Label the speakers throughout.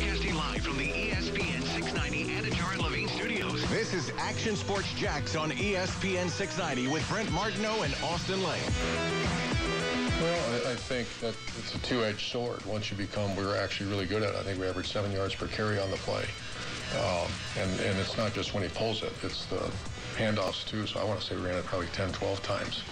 Speaker 1: Live from the E ESPN 690 Anajar and Levine Studios. This is Action Sports Jax on E ESPN 690 with Brent Martineau and Austin Lane.
Speaker 2: Well, I, I think that it's a two-edged sword. Once you become, we we're actually really good at. it. I think we averaged seven yards per carry on the play, um, and and it's not just when he pulls it; it's the handoffs too. So I want to say we ran it probably 10, 12 times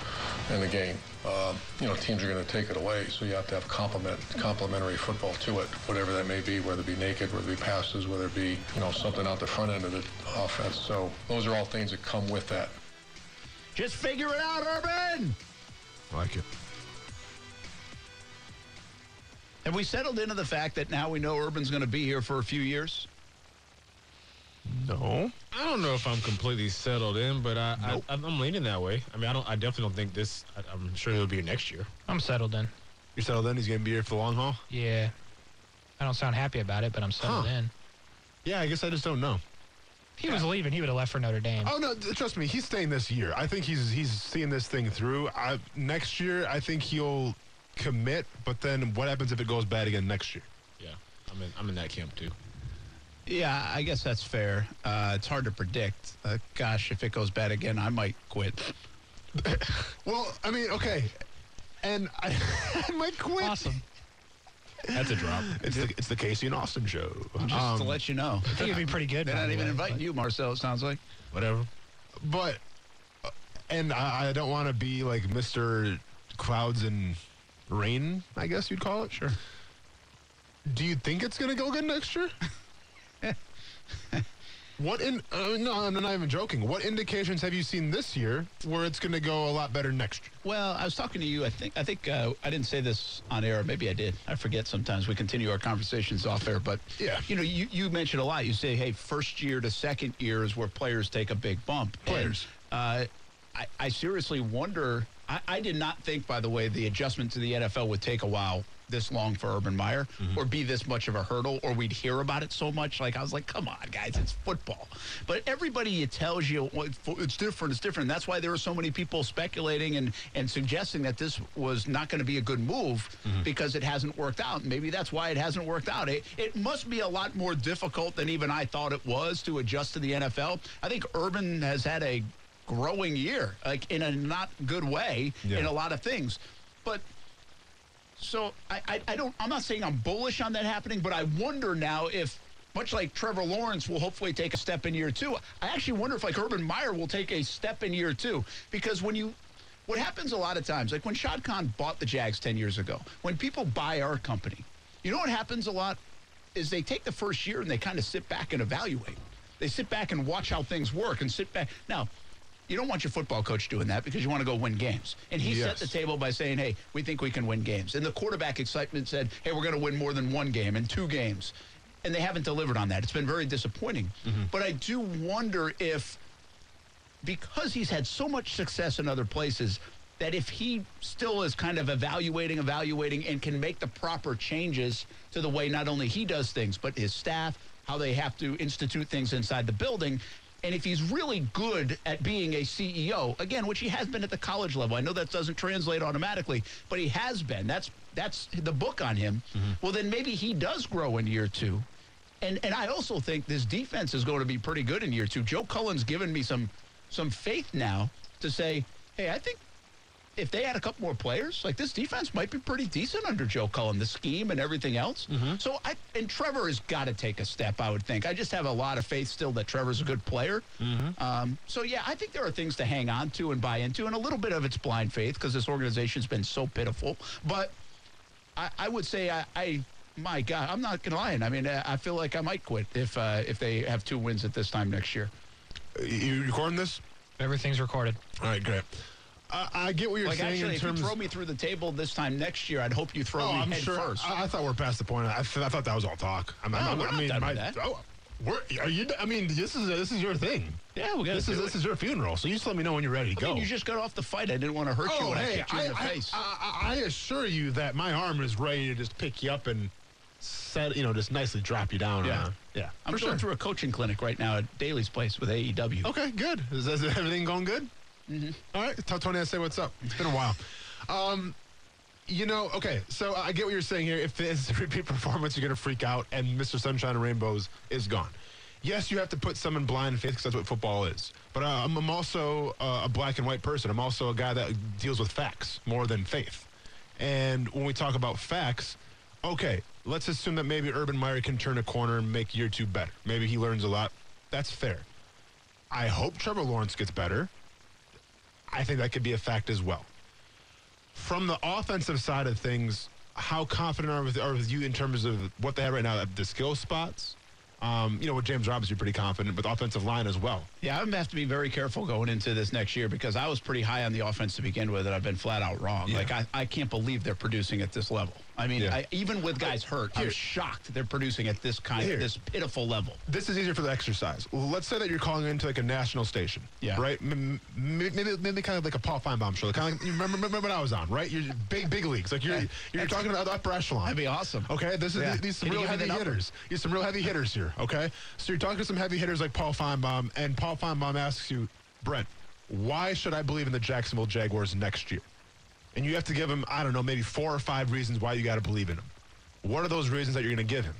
Speaker 2: in the game. Um, you know, teams are going to take it away, so you have to have complement complementary football to it, whatever that may be, whether it be naked, whether it be passes, whether it be you know something out the front end of the offense. So those are all things that come with that.
Speaker 3: Just figure it out, Urban.
Speaker 4: Like it.
Speaker 3: Have we settled into the fact that now we know Urban's going to be here for a few years?
Speaker 4: No.
Speaker 5: I don't know if I'm completely settled in, but I,
Speaker 3: Nope.
Speaker 5: I I'm leaning that way. I mean, I don't. I definitely don't think this. I, I'm sure it'll be here next year.
Speaker 6: I'm settled in.
Speaker 4: You settled in? He's going to be here for the long haul?
Speaker 6: Yeah. I don't sound happy about it, but I'm settled
Speaker 4: Huh.
Speaker 6: in. If
Speaker 4: Yeah, I guess I just don't know.
Speaker 6: he was leaving, he would have left for Notre Dame.
Speaker 4: Oh no, th- trust me, he's staying this year. I think he's he's seeing this thing through. I, next year, I think he'll commit. But then, what happens if it goes bad again next year?
Speaker 5: Yeah, I'm in. I'm in that camp too.
Speaker 3: Yeah, I guess that's fair. Uh, it's hard to predict. Uh, gosh, if it goes bad again, I might quit.
Speaker 4: Well, I mean, okay, and I, I might quit.
Speaker 6: awesome.
Speaker 5: That's a drop.
Speaker 4: It's the it's the Casey and Austin show.
Speaker 3: Just to
Speaker 4: Um,
Speaker 3: let you know,
Speaker 6: I think it'd be pretty good.
Speaker 3: they're
Speaker 6: by
Speaker 3: not
Speaker 6: the
Speaker 3: even
Speaker 6: way,
Speaker 3: inviting
Speaker 6: but-
Speaker 3: you, Marcel. It sounds like.
Speaker 5: Whatever.
Speaker 4: but uh, and I, I don't want to be like Mister Clouds and Rain. I guess you'd call it. Sure. Do you think it's gonna go good next year? what in? Uh, no, I'm not even joking. What indications have you seen this year where it's gonna go a lot better next year?
Speaker 3: Well, I was talking to you. I think I think uh, I didn't say this on air. Maybe I did. I forget sometimes. We continue our conversations off air, but
Speaker 4: Yeah.
Speaker 3: you know, you you mentioned a lot. You say, hey, first year to second year is where players take a big bump. And,
Speaker 4: Players.
Speaker 3: uh, I I seriously wonder. I, I did not think, by the way, the adjustment to the NFL would take a while this long for Urban Meyer,
Speaker 4: Mm-hmm.
Speaker 3: or be this much of a hurdle, or we'd hear about it so much. Like I was like, come on, guys, it's football. But everybody tells you well, it's fo- it's different, it's different. That's why there were so many people speculating and and suggesting that this was not going to be a good move because it hasn't worked out. Maybe that's why it hasn't worked out. It it must be a lot more difficult than even I thought it was to adjust to the NFL. I think Urban has had a growing year, like in a not good way, in a lot of things. But so I, I, I don't. I'm not saying I'm bullish on that happening, but I wonder now if, much like Trevor Lawrence will hopefully take a step in year two. I actually wonder if like Urban Meyer will take a step in year two because when you. What happens a lot of times, like when Shad Khan bought the Jags 10 years ago, when people buy our company, you know what happens a lot is they take the first year and they kind of sit back and evaluate. They sit back and watch how things work and sit back. Now, you don't want your football coach doing that because you want to go win games. And he set
Speaker 4: Yes.
Speaker 3: the table by saying, hey, we think we can win games. And the quarterback excitement said, hey, we're going to win more than one game and two games. And they haven't delivered on that. It's been very disappointing. But I do wonder if because he's had so much success in other places that if he still is kind of evaluating evaluating and can make the proper changes to the way not only he does things but his staff how they have to institute things inside the building and if he's really good at being a CEO again which he has been at the college level I know that doesn't translate automatically but he has been that's that's the book on him well then maybe he does grow in year 2 and and I also think this defense is going to be pretty good in year two. Joe Cullen's given me some some faith now to say, hey, I think if they had a couple more players, like this defense might be pretty decent under Joe Cullen, the scheme and everything else. So I and Trevor has got to take a step, I would think. I just have a lot of faith still that Trevor's a good player. Um, so yeah, I think there are things to hang on to and buy into, and a little bit of it's blind faith because this organization's been so pitiful, but. I, I would say I, I my God, I'm not gonna lie. I mean, uh, I I feel like I might quit if uh, if they have two wins at this time next year.
Speaker 4: You recording this?
Speaker 6: Everything's recorded.
Speaker 4: All right, great. I, I get what you're
Speaker 3: Like
Speaker 4: saying
Speaker 3: actually,
Speaker 4: in
Speaker 3: if you
Speaker 4: terms.
Speaker 3: throw me through the table this time next year, I'd hope you throw
Speaker 4: Oh,
Speaker 3: me
Speaker 4: I'm
Speaker 3: head
Speaker 4: sure.
Speaker 3: first.
Speaker 4: I, I thought we are past the point. I, th- I thought that was all talk. I'm,
Speaker 3: No, we're not done with that.
Speaker 4: Oh, we're, are you? I mean, this is this is your thing.
Speaker 3: yeah, we got
Speaker 4: This is
Speaker 3: do
Speaker 4: this
Speaker 3: it.
Speaker 4: is your funeral. So you just let me know when you're ready
Speaker 3: I
Speaker 4: to go.
Speaker 3: mean, you just got off the fight. I didn't want to hurt you
Speaker 4: oh,
Speaker 3: when I
Speaker 4: hey,
Speaker 3: kicked you
Speaker 4: I,
Speaker 3: in the
Speaker 4: I,
Speaker 3: face.
Speaker 4: I, I assure you that my arm is ready to just pick you up and set, you know, just nicely drop you down.
Speaker 3: Yeah.
Speaker 4: uh, yeah.
Speaker 3: I'm
Speaker 4: for
Speaker 3: going through a coaching clinic right now at Daly's place with E AEW.
Speaker 4: Okay, good. Is, is everything going good? Mm-hmm. All right, tell Tony I say what's up. It's been a while. Um, You know, okay, so I get what you're saying here. If it's a repeat performance, you're going to freak out, and Mr. Sunshine and Rainbows is gone. Yes, you have to put some in blind faith because that's what football is. But uh, I'm, I'm also uh, a black and white person. I'm also a guy that deals with facts more than faith. And when we talk about facts, okay, let's assume that maybe Urban Meyer can turn a corner and make year two better. Maybe he learns a lot. That's fair. I hope Trevor Lawrence gets better. I think that could be a fact as well from the offensive side of things, how confident are with, are with you in terms of what they have right now, the skill spots? Um, you know, with James Robinson, you're pretty confident, but the offensive line as well.
Speaker 3: Yeah, I'm going to have to be very careful going into this next year because I was pretty high on the offense to begin with, and I've been flat out wrong. Like, I, I can't believe they're producing at this level. I mean,
Speaker 4: Yeah.
Speaker 3: I, even with guys hurt, I'm
Speaker 4: here.
Speaker 3: shocked they're producing at this kind,
Speaker 4: Here.
Speaker 3: this pitiful level.
Speaker 4: This is easier for the exercise. Let's say that you're calling into like a national station,
Speaker 3: Yeah.
Speaker 4: right? M- m- maybe maybe kind of like a Paul Feinbaum show, kind of like you remember, remember what I was on, right? You're big big leagues, like you're you're talking about the upper echelon.
Speaker 3: That'd be awesome.
Speaker 4: Okay, this is
Speaker 3: Yeah.
Speaker 4: these some
Speaker 3: Can you
Speaker 4: real
Speaker 3: give me
Speaker 4: heavy
Speaker 3: the number?
Speaker 4: hitters. You some real heavy hitters here. Okay, so you're talking to some heavy hitters like Paul Feinbaum, and Paul Feinbaum asks you, Brent, why should I believe in the Jacksonville Jaguars next year? And you have to give him, I don't know, maybe four or five reasons why you got to believe in him. What are those reasons that you're going to give him?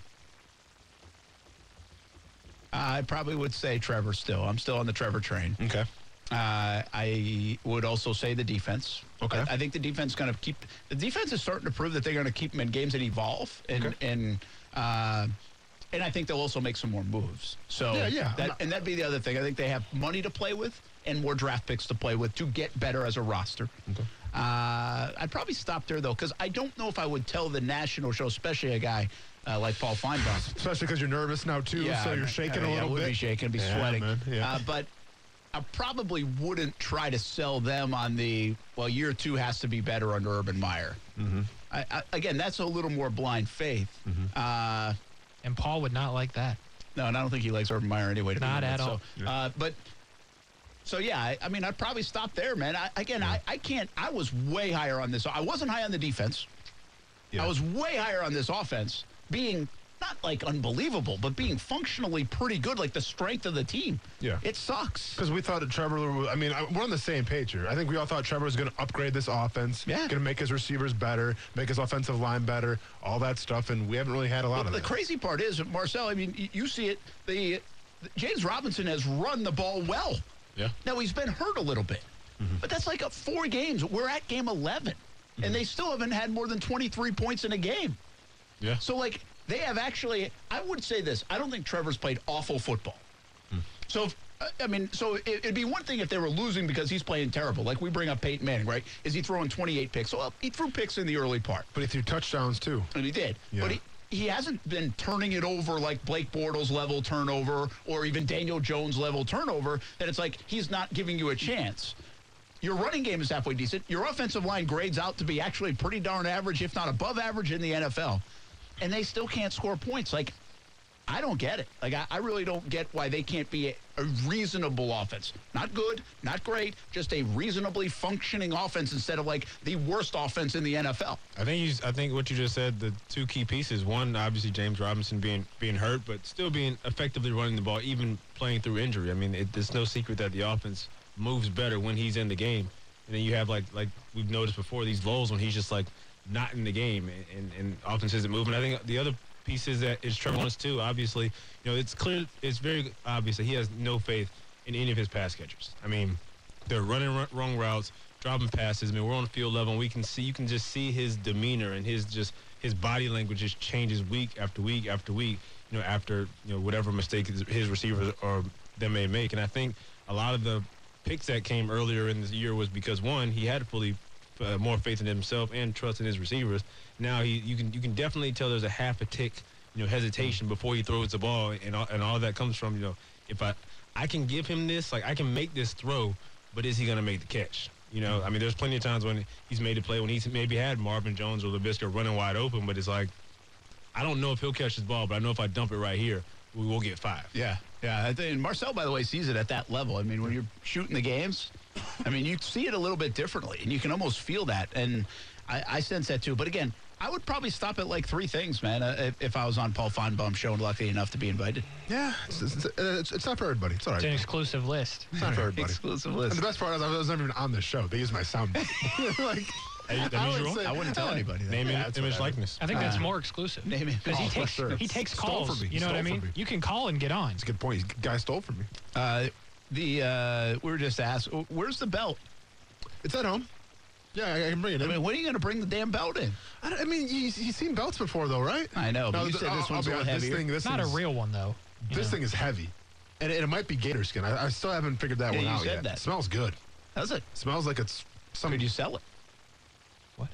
Speaker 3: I probably would say Trevor still. I'm still on the Trevor train.
Speaker 4: Okay.
Speaker 3: Uh, I would also say the defense.
Speaker 4: Okay.
Speaker 3: I, I think the defense going to keep the defense is starting to prove that they're going to keep them in games and evolve and and uh, and I think they'll also make some more moves. So
Speaker 4: Yeah, yeah.
Speaker 3: That,
Speaker 4: I'm not-
Speaker 3: and that'd be the other thing. I think they have money to play with and more draft picks to play with to get better as a roster. Uh, I'd probably stop there though because I don't know if I would tell the national show, especially a guy uh, like Paul Feinbaum.
Speaker 4: Especially because you're nervous now too, so
Speaker 3: I-
Speaker 4: you're shaking
Speaker 3: I-
Speaker 4: a
Speaker 3: yeah,
Speaker 4: little
Speaker 3: I would
Speaker 4: bit.
Speaker 3: be shaking, be
Speaker 4: Yeah,
Speaker 3: sweating.
Speaker 4: man, yeah.
Speaker 3: Uh, but I probably wouldn't try to sell them on the well. Year two has to be better under Urban Meyer. Mm-hmm. I, I, again, that's a little more blind faith.
Speaker 4: Mm-hmm.
Speaker 3: Uh,
Speaker 6: And Paul would not like that.
Speaker 3: no, and I don't think he likes Urban Meyer anyway. To
Speaker 6: Not
Speaker 3: begin
Speaker 6: at
Speaker 3: with,
Speaker 6: all.
Speaker 3: So, uh, but so yeah, I, I mean, I'd probably stop there, man. I, again, I, I can't. I was way higher on this. I wasn't high on the defense.
Speaker 4: Yeah.
Speaker 3: I was way higher on this offense, being not like unbelievable, but being functionally pretty good, like the strength of the team.
Speaker 4: Yeah.
Speaker 3: it sucks.
Speaker 4: Because we thought that Trevor, was- I mean, I- we're on the same page here. I think we all thought Trevor was going to upgrade this offense,
Speaker 3: Yeah.
Speaker 4: going to make his receivers better, make his offensive line better, all that stuff, and we haven't really had a lot of
Speaker 3: The
Speaker 4: that.
Speaker 3: crazy part is, Marcel. I mean, y- you see it. The James Robinson has run the ball well.
Speaker 5: Yeah.
Speaker 3: Now he's been hurt a little bit,
Speaker 4: Mm-hmm.
Speaker 3: but that's like a four games. We're at game 11 and they still haven't had more than twenty three points in a game.
Speaker 5: Yeah.
Speaker 3: So like they have actually, I would say this. I don't think Trevor's played awful football.
Speaker 4: Hmm.
Speaker 3: So if, I- I mean, so it, it'd be one thing if they were losing because he's playing terrible. Like we bring up Peyton Manning, right? Is he throwing 28 picks? Well, he threw picks in the early part,
Speaker 4: but he threw touchdowns too.
Speaker 3: and he did.
Speaker 4: Yeah.
Speaker 3: But he, he hasn't been turning it over like Blake Bortles level turnover or even Daniel Jones level turnover. That it's like he's not giving you a chance. Your running game is halfway decent. Your offensive line grades out to be actually pretty darn average, if not above average, in the NFL, and they still can't score points. Like I don't get it. Like I, I really don't get why they can't be a, a reasonable offense. Not good, not great, just a reasonably functioning offense instead of like the worst offense in the NFL.
Speaker 5: I think you. I think what you just said. The two key pieces. One, obviously James Robinson being being hurt, but still being effectively running the ball, even playing through injury. I mean, it, it's no secret that the offense moves better when he's in the game. And then you have like like we've noticed before these lulls when he's just like not in the game and and, and offense isn't moving. I think the other piece is that is Trevor Lawrence too. Obviously, you know it's clear. It's very obvious that he has no faith in any of his pass catchers. I mean, they're running r- wrong routes, dropping passes. I mean, we're on field level, and we can see you can just see his demeanor and his just his body language just changes week after week after week. You know, after you know whatever mistake his- his receivers or them may make, and I think a lot of the picks that came earlier in this year was because one he had fully uh, more faith in himself and trust in his receivers. Now he you can you can definitely tell there's a half a tick you know
Speaker 3: Mm.
Speaker 5: hesitation before he throws the ball, and all, and all that comes from you know if I I can give him this like I can make this throw, but is he going to make the catch? You
Speaker 3: Mm.
Speaker 5: know, I mean, there's plenty of times when he's made a play when he's maybe had Marvin Jones or LaVisca running wide open, but it's like, I don't know if he'll catch this ball, but I know if I dump it right here, we will get five.
Speaker 3: Yeah, yeah. I think- And Marcel, by the way, sees it at that level. I mean, when you're shooting the games, I mean, you see it a little bit differently, and you can almost feel that. And I, I sense that too. But again, I would probably stop at like three things, man. Uh, if, if I was on Paul Feinbaum show and lucky enough to be invited,
Speaker 4: Yeah, it's, it's, uh, it's, it's not for everybody. It's all right.
Speaker 6: It's an exclusive list.
Speaker 4: It's not for everybody.
Speaker 3: exclusive
Speaker 4: And
Speaker 3: list.
Speaker 4: the best part is I was never even on the show. They used my sound. bite. like,
Speaker 5: Hey, that means you're wrong.
Speaker 3: I wouldn't tell anybody. That.
Speaker 5: Name,
Speaker 3: Yeah,
Speaker 5: image,
Speaker 3: that's
Speaker 5: image,
Speaker 3: what I would-
Speaker 5: likeness.
Speaker 6: I think that's
Speaker 3: Uh,
Speaker 6: more exclusive.
Speaker 3: name it.
Speaker 6: Because
Speaker 3: Oh,
Speaker 6: he
Speaker 3: for
Speaker 6: takes
Speaker 3: sure.
Speaker 6: he takes
Speaker 4: Stole
Speaker 6: calls.
Speaker 4: from me.
Speaker 6: You know what I
Speaker 4: Stole
Speaker 6: mean?
Speaker 4: from me.
Speaker 6: You can call and get on.
Speaker 4: It's a good point. Guy stole from me.
Speaker 3: Uh, the uh, we were just asked, where's the belt?
Speaker 4: It's at home. Yeah, I, I can bring it
Speaker 3: I
Speaker 4: in.
Speaker 3: mean, when are you going to bring the damn belt in?
Speaker 4: I, don't- I mean, you, you've seen belts before, though, right?
Speaker 3: I know, but you
Speaker 4: th-
Speaker 3: said this one's
Speaker 4: I'll- I'll be
Speaker 3: a little
Speaker 4: honest,
Speaker 3: heavier.
Speaker 4: This thing, this
Speaker 6: It's not a
Speaker 4: one's-
Speaker 6: real one though. you
Speaker 4: This
Speaker 6: know.
Speaker 4: thing is heavy, and, and it might be gator skin. I, I still haven't figured that
Speaker 3: Yeah,
Speaker 4: one
Speaker 3: you
Speaker 4: out
Speaker 3: said
Speaker 4: yet.
Speaker 3: that.
Speaker 4: Smells good.
Speaker 3: That's it.
Speaker 4: Smells like it's some.
Speaker 3: Could you sell it?
Speaker 6: What?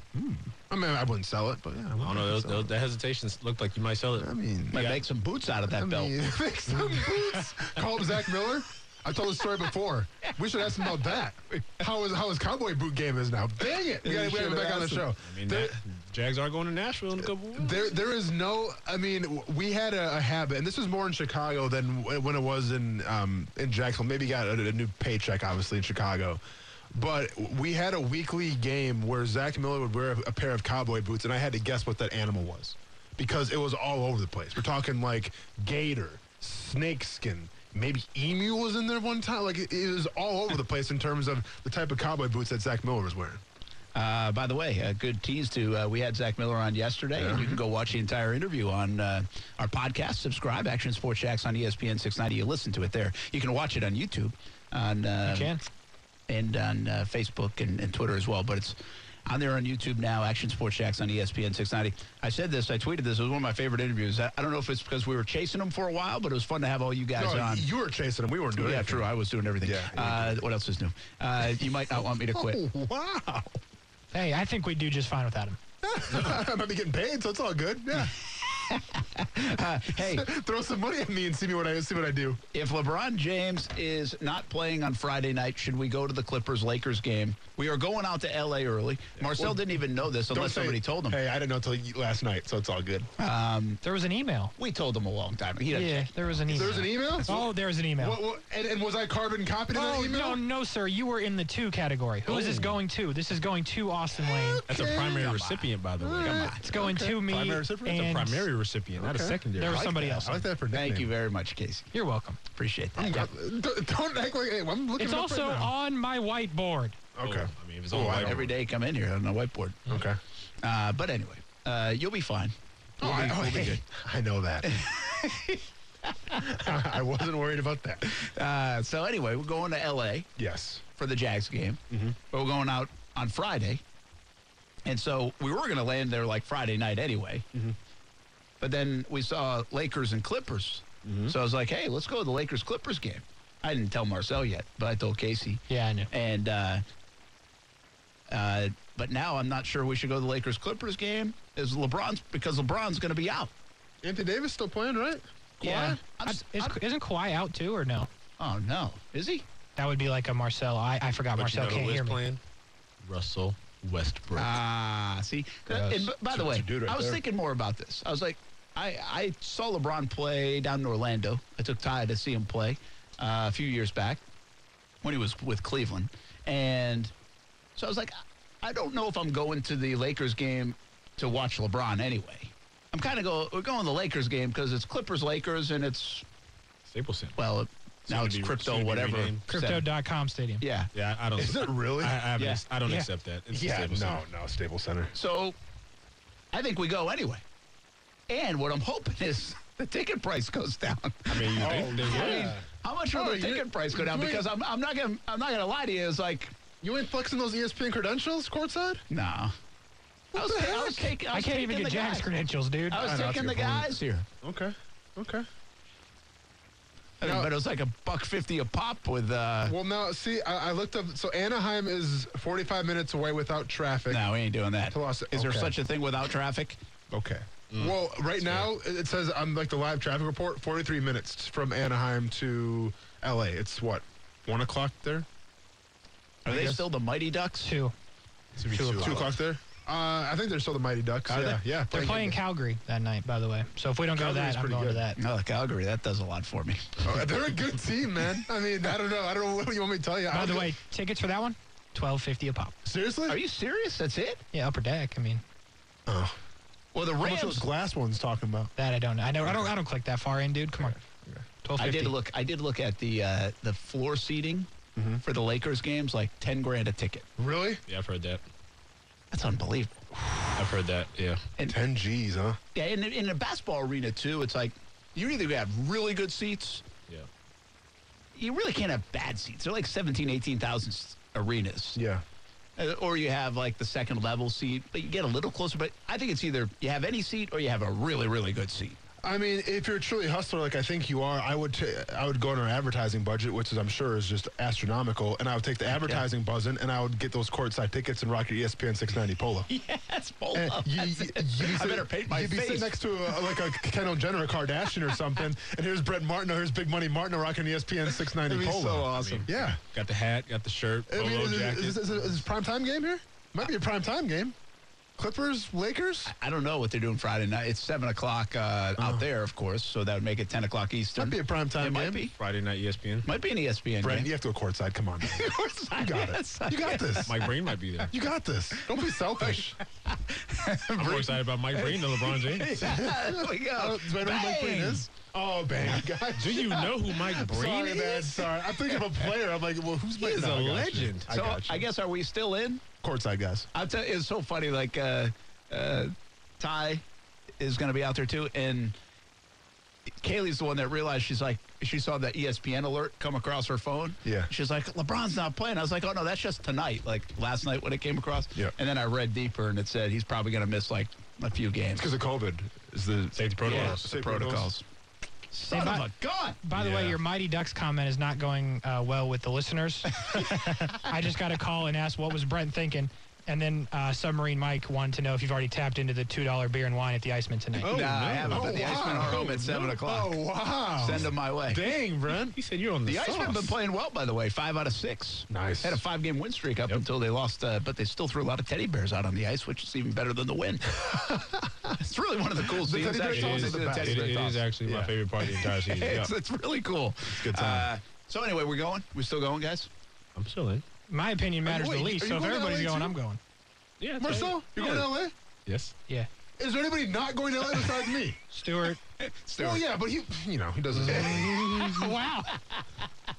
Speaker 4: I mean, I wouldn't sell it, but yeah, I,
Speaker 5: I don't know. Those,
Speaker 4: Sell
Speaker 5: those,
Speaker 4: it.
Speaker 5: that hesitation looked like you might sell it.
Speaker 4: I mean,
Speaker 3: Might make some boots out of that
Speaker 4: I
Speaker 3: belt.
Speaker 4: mean, make some boots. Call up Zach Miller. I told the story before. We should ask him about that. How is how his cowboy boot game is now? Dang it! We got to have him back on the show.
Speaker 5: I mean,
Speaker 4: There-
Speaker 5: that, Jags are going to Nashville in a couple weeks.
Speaker 4: There, there is no. I mean, w- we had a, a habit, and this is more in Chicago than w- when it was in um, in Jacksonville. Maybe got a, a new paycheck, obviously in Chicago, but we had a weekly game where Zach Miller would wear a, a pair of cowboy boots, and I had to guess what that animal was because it was all over the place. We're talking like gator, snakeskin. Maybe emu was in there one time. Like it, it was all over the place in terms of the type of cowboy boots that Zach Miller was wearing.
Speaker 3: Uh, by the way, a good tease to uh, we had Zach Miller on yesterday, and you can go watch the entire interview on uh, our podcast. Subscribe, Action Sports Jacks on E ESPN 690. You listen to it there. You can watch it on YouTube, on uh,
Speaker 6: You can.
Speaker 3: and on uh, Facebook and, and Twitter as well. But it's on there on YouTube now. Action Sports Jacks on E ESPN 690. I said this. I tweeted this. It was one of my favorite interviews. I, I don't know if it's because we were chasing him for a while, but it was fun to have all you guys
Speaker 4: No,
Speaker 3: on.
Speaker 4: you were chasing him. We weren't doing
Speaker 3: yeah,
Speaker 4: anything.
Speaker 3: true. I was doing everything.
Speaker 4: Yeah, you
Speaker 3: uh, what else is new? Uh, you might not want me to quit.
Speaker 4: Oh, wow.
Speaker 6: Hey, I think we do just fine without him.
Speaker 4: I might be getting paid, so it's all good. Yeah.
Speaker 3: Hey,
Speaker 4: Throw some money at me and see me what I see what I do.
Speaker 3: If LeBron James is not playing on Friday night, should we go to the Clippers Lakers game? We are going out to LA early. Marcel didn't even know this unless
Speaker 4: say-
Speaker 3: somebody told him.
Speaker 4: Hey, I didn't know until last night, so it's all good.
Speaker 6: There was an email.
Speaker 3: We told him a long time ago. He doesn't
Speaker 6: Yeah, there was an email.
Speaker 4: There was an email?
Speaker 6: Oh, there was an email.
Speaker 4: What, what, and, and was I carbon copied in
Speaker 6: Oh
Speaker 4: that email?
Speaker 6: no, no, sir! You were in the two category. Who is
Speaker 3: Oh.
Speaker 6: this going to? This is going to Austin Lane.
Speaker 5: That's a primary recipient, by the way. Come on.
Speaker 6: It's going to me.
Speaker 5: Primary recipient. That's
Speaker 6: and
Speaker 5: a primary recipient, not a secondary.
Speaker 6: There was
Speaker 5: Like
Speaker 6: somebody
Speaker 5: that.
Speaker 6: else.
Speaker 4: I like that for nickname.
Speaker 3: Thank you very much, Casey.
Speaker 6: You're welcome.
Speaker 3: Appreciate that.
Speaker 4: I'm glad- don't, don't act like hey, I'm looking
Speaker 6: It's
Speaker 4: it up
Speaker 6: also
Speaker 4: right now.
Speaker 6: on my whiteboard.
Speaker 4: Okay.
Speaker 5: I mean, if it's
Speaker 4: Oh,
Speaker 5: on
Speaker 4: I
Speaker 5: white,
Speaker 4: don't-
Speaker 3: Every day I come in here on the whiteboard.
Speaker 4: Okay.
Speaker 3: Uh, but anyway, uh, you'll be fine.
Speaker 4: Oh, I, oh,
Speaker 3: we'll be
Speaker 4: hey,
Speaker 3: good.
Speaker 4: I know that. I wasn't worried about that.
Speaker 3: Uh, so anyway, we're going to LA
Speaker 4: Yes.
Speaker 3: for the Jags game,
Speaker 6: Mm-hmm.
Speaker 3: but we're going out on Friday. And so we were going to land there like Friday night anyway.
Speaker 6: Mm-hmm.
Speaker 3: But then we saw Lakers and Clippers.
Speaker 6: Mm-hmm.
Speaker 3: So I was like, hey, let's go to the Lakers Clippers game. I didn't tell Marcel yet, but I told Casey.
Speaker 6: Yeah, I knew.
Speaker 3: And, uh, uh, but now I'm not sure we should go to the Lakers Clippers game is LeBron's because LeBron's going to be out.
Speaker 4: Anthony Davis still playing, right?
Speaker 6: Yeah.
Speaker 3: I'm
Speaker 6: I-
Speaker 3: s-
Speaker 6: is,
Speaker 3: I'm-
Speaker 6: isn't Kawhi out too, or no?
Speaker 3: Oh, no. Is he?
Speaker 6: That would be like a Marcel. I, I forgot
Speaker 5: But
Speaker 6: Marcel
Speaker 5: you know
Speaker 6: can't
Speaker 5: who is
Speaker 6: hear me.
Speaker 5: playing? Russell Westbrook.
Speaker 3: Ah, see. And b- by the
Speaker 4: That's
Speaker 3: way,
Speaker 4: a dude right
Speaker 3: I was
Speaker 4: there.
Speaker 3: thinking more about this. I was like, I, I saw LeBron play down in Orlando. I took Ty to see him play uh, a few years back when he was with Cleveland. And so I was like, I don't know if I'm going to the Lakers game to watch LeBron anyway. I'm kind of go. We're going to the Lakers game because it's Clippers Lakers and it's
Speaker 5: Staples Center.
Speaker 3: well it-
Speaker 5: Soon
Speaker 3: now
Speaker 5: to
Speaker 3: it's
Speaker 5: be- soon
Speaker 3: crypto
Speaker 5: to be
Speaker 3: whatever.
Speaker 5: renamed.
Speaker 3: Seven.
Speaker 6: Crypto.com Stadium.
Speaker 3: Yeah.
Speaker 5: Yeah, I I don't.
Speaker 4: Is it really?
Speaker 5: I, I, haven't
Speaker 3: Yeah.
Speaker 5: ex- I don't
Speaker 6: Yeah.
Speaker 5: accept that. It's
Speaker 4: Yeah,
Speaker 5: Staples
Speaker 4: no,
Speaker 5: Center.
Speaker 4: no, Staples Center.
Speaker 3: So I think we go anyway. And what I'm hoping is the ticket price goes down.
Speaker 5: I mean, you think they
Speaker 3: I
Speaker 5: would?
Speaker 3: mean, how much will
Speaker 4: Oh,
Speaker 3: the
Speaker 4: you-
Speaker 3: ticket price go down?
Speaker 4: you ain't-
Speaker 3: Because I'm, I'm not gonna I'm not gonna lie to you. It's like
Speaker 4: You ain't flexing those E ESPN credentials courtside?
Speaker 3: no. I was,
Speaker 4: the
Speaker 3: I was
Speaker 4: heck?
Speaker 3: taking. I,
Speaker 6: I
Speaker 3: was
Speaker 6: can't even
Speaker 3: taking
Speaker 6: get
Speaker 3: the
Speaker 6: Jack's
Speaker 3: guys.
Speaker 6: credentials, dude.
Speaker 3: I was
Speaker 4: I know, that's
Speaker 3: taking
Speaker 4: a
Speaker 3: the
Speaker 4: good point.
Speaker 3: guys here,
Speaker 4: Okay. Okay.
Speaker 3: I mean,
Speaker 4: No.
Speaker 3: but it was like a buck fifty a pop with. Uh,
Speaker 4: Well, now, see, I, I looked up. So Anaheim is 45 minutes away without traffic.
Speaker 3: no, we ain't doing that. Is
Speaker 4: To Los-
Speaker 3: there
Speaker 4: okay.
Speaker 3: such a thing without traffic?
Speaker 4: Okay.
Speaker 6: Mm.
Speaker 4: Well, right now, it- it says I'm like the live traffic report 43 minutes from Anaheim to LA. It's what? One o'clock there?
Speaker 3: Are they
Speaker 4: guess-
Speaker 3: still the Mighty Ducks?
Speaker 6: Two.
Speaker 4: Two, two o'clock there? Uh, I think they're still the Mighty Ducks. yeah, yeah.
Speaker 6: They're playing Calgary that night, by the way. So if we don't go to
Speaker 4: Calgary's
Speaker 6: that, I'm
Speaker 4: pretty
Speaker 6: going to
Speaker 4: good.
Speaker 6: that.
Speaker 3: No, Oh, Calgary. That does a lot for me.
Speaker 4: Oh, they're a good team, man. I mean, I don't know. I don't know what you want me to tell you.
Speaker 6: By the way, tickets for that one, twelve fifty a pop.
Speaker 4: seriously?
Speaker 3: Are you serious? That's it?
Speaker 6: Yeah, upper deck. I mean,
Speaker 3: Well, the
Speaker 4: How much those
Speaker 3: Rams.
Speaker 4: glass ones talking about?
Speaker 6: that I don't. I know. I don't. I don't click that far in, dude. Come on. Twelve
Speaker 3: I
Speaker 6: fifty.
Speaker 3: did look. I did look at the uh, the floor
Speaker 4: Mm-hmm.
Speaker 3: seating for the Lakers games, like ten grand a ticket.
Speaker 4: Really?
Speaker 5: Yeah, I've heard that.
Speaker 3: That's unbelievable.
Speaker 5: I've heard that. Yeah.
Speaker 4: Ten G's, huh?
Speaker 3: Yeah, in, in a basketball arena too, it's like you either have really good seats,
Speaker 5: Yeah.
Speaker 3: you really can't have bad seats. They're like 17, 18,000 s- arenas.
Speaker 4: Yeah.
Speaker 3: Uh, Or you have like the second level seat, but you get a little closer. But I think it's either you have any seat or you have a really, really good seat.
Speaker 4: I mean, if you're a truly hustler like I think you are, I would t- I would go on our advertising budget, which is I'm sure is just astronomical, and I would take the advertising buzzin' and I would get those courtside tickets and rock your E ESPN 690 polo.
Speaker 3: That's bold.
Speaker 4: And Eh, you, you, you'd be
Speaker 3: I
Speaker 4: sit-
Speaker 3: better paint my
Speaker 4: You'd be sitting
Speaker 3: face.
Speaker 4: next to a, like a Kendall Jenner, or Kardashian, or something, and here's Brett Martineau, here's Big Money Martineau rocking E ESPN 690 polo.
Speaker 5: awesome.
Speaker 4: Yeah.
Speaker 5: Got the hat. Got the shirt.
Speaker 4: I
Speaker 5: Polo
Speaker 4: mean, is,
Speaker 5: jacket.
Speaker 4: is, is, is, is this prime time game here? Might be a prime time game. Clippers, Lakers.
Speaker 3: I don't know what they're doing Friday night. It's seven o'clock uh, out there, of course, so that would make it ten o'clock Eastern.
Speaker 4: Oh. Might be a prime
Speaker 3: it
Speaker 4: time game.
Speaker 3: might be.
Speaker 5: Friday night E ESPN.
Speaker 3: Might be an E ESPN
Speaker 4: Brent, you
Speaker 3: game.
Speaker 4: have to go courtside. Come on. you
Speaker 3: you
Speaker 4: got
Speaker 3: yes,
Speaker 4: it. You got this.
Speaker 5: Mike Breen might be there.
Speaker 4: You got this. Don't be selfish.
Speaker 5: I'm more excited about Mike Breen than LeBron James.
Speaker 3: there we
Speaker 4: I
Speaker 3: go.
Speaker 4: don't, do I know who Mike Breen
Speaker 3: Bang!
Speaker 4: is? Oh, bang. Gotcha.
Speaker 5: Do you know who Mike Breen
Speaker 4: Sorry,
Speaker 5: is?
Speaker 4: man. Sorry. I'm thinking of a player. I'm like, well, who's
Speaker 5: He
Speaker 4: Mike
Speaker 5: is
Speaker 4: no,
Speaker 5: a
Speaker 4: I got you.
Speaker 5: legend.
Speaker 4: I
Speaker 3: so
Speaker 4: got you.
Speaker 3: I guess are we still in?
Speaker 4: courtside guys.
Speaker 3: I'll tell it's so funny. Like uh, uh, Ty is going to be out there too, and Kaylee's the one that realized she's like she saw the E ESPN alert come across her phone.
Speaker 4: Yeah.
Speaker 3: she's like LeBron's not playing. I was like, oh no, that's just tonight. Like last night when it came across.
Speaker 4: Yeah.
Speaker 3: and then I read deeper and it said he's probably going to miss like a few games.
Speaker 4: Because of COVID, is the
Speaker 5: Safety protocols.
Speaker 3: Yeah,
Speaker 4: Safety
Speaker 3: protocols. Son of
Speaker 6: Hey,
Speaker 3: a gun.
Speaker 6: By the way,
Speaker 5: Yeah.
Speaker 6: your Mighty Ducks comment is not going uh, well with the listeners. I just got a call and asked what was Brent thinking, and then uh, Submarine Mike wanted to know if you've already tapped into the two dollar beer and wine at the Iceman tonight.
Speaker 3: nah, I
Speaker 5: no.
Speaker 3: haven't. But
Speaker 4: Oh,
Speaker 3: the Icemen are
Speaker 4: wow.
Speaker 3: home at seven o'clock.
Speaker 4: Oh wow!
Speaker 3: Send them my way.
Speaker 5: Dang, Brent. He said you're on the,
Speaker 3: The
Speaker 5: sauce.
Speaker 3: Icemen have been playing well, by the way. Five out of six.
Speaker 4: Nice.
Speaker 3: Had a five-game win streak up until they lost, uh, but they still threw a lot of teddy bears out on the ice, which is even better than the win. it's really one of the cool
Speaker 4: The
Speaker 3: seasons.
Speaker 4: teddy bear
Speaker 3: actually.
Speaker 4: toss
Speaker 5: It
Speaker 4: is
Speaker 5: is,
Speaker 4: the best.
Speaker 5: it-
Speaker 4: Teddy bear
Speaker 5: it
Speaker 4: toss.
Speaker 5: is actually my
Speaker 4: Yeah.
Speaker 5: favorite part of the entire season.
Speaker 3: It's,
Speaker 5: Yeah.
Speaker 3: it's really cool. It's
Speaker 4: good time.
Speaker 3: Uh, so anyway, we're going. We're still going, guys.
Speaker 5: I'm still in.
Speaker 6: My opinion matters
Speaker 4: wait,
Speaker 6: the
Speaker 4: are
Speaker 6: least,
Speaker 4: you
Speaker 6: so if
Speaker 4: going to
Speaker 6: everybody's
Speaker 4: LA
Speaker 6: going,
Speaker 4: too?
Speaker 6: I'm going.
Speaker 5: Yeah. it's
Speaker 4: Marcel,
Speaker 5: right.
Speaker 4: you're
Speaker 5: Yeah.
Speaker 4: going to
Speaker 5: Yes.
Speaker 6: Yeah,
Speaker 4: LA? Is there anybody not going to LA besides me?
Speaker 6: Stuart.
Speaker 3: Stuart.
Speaker 4: well, yeah, but he, you know, he does his own thing.
Speaker 6: wow,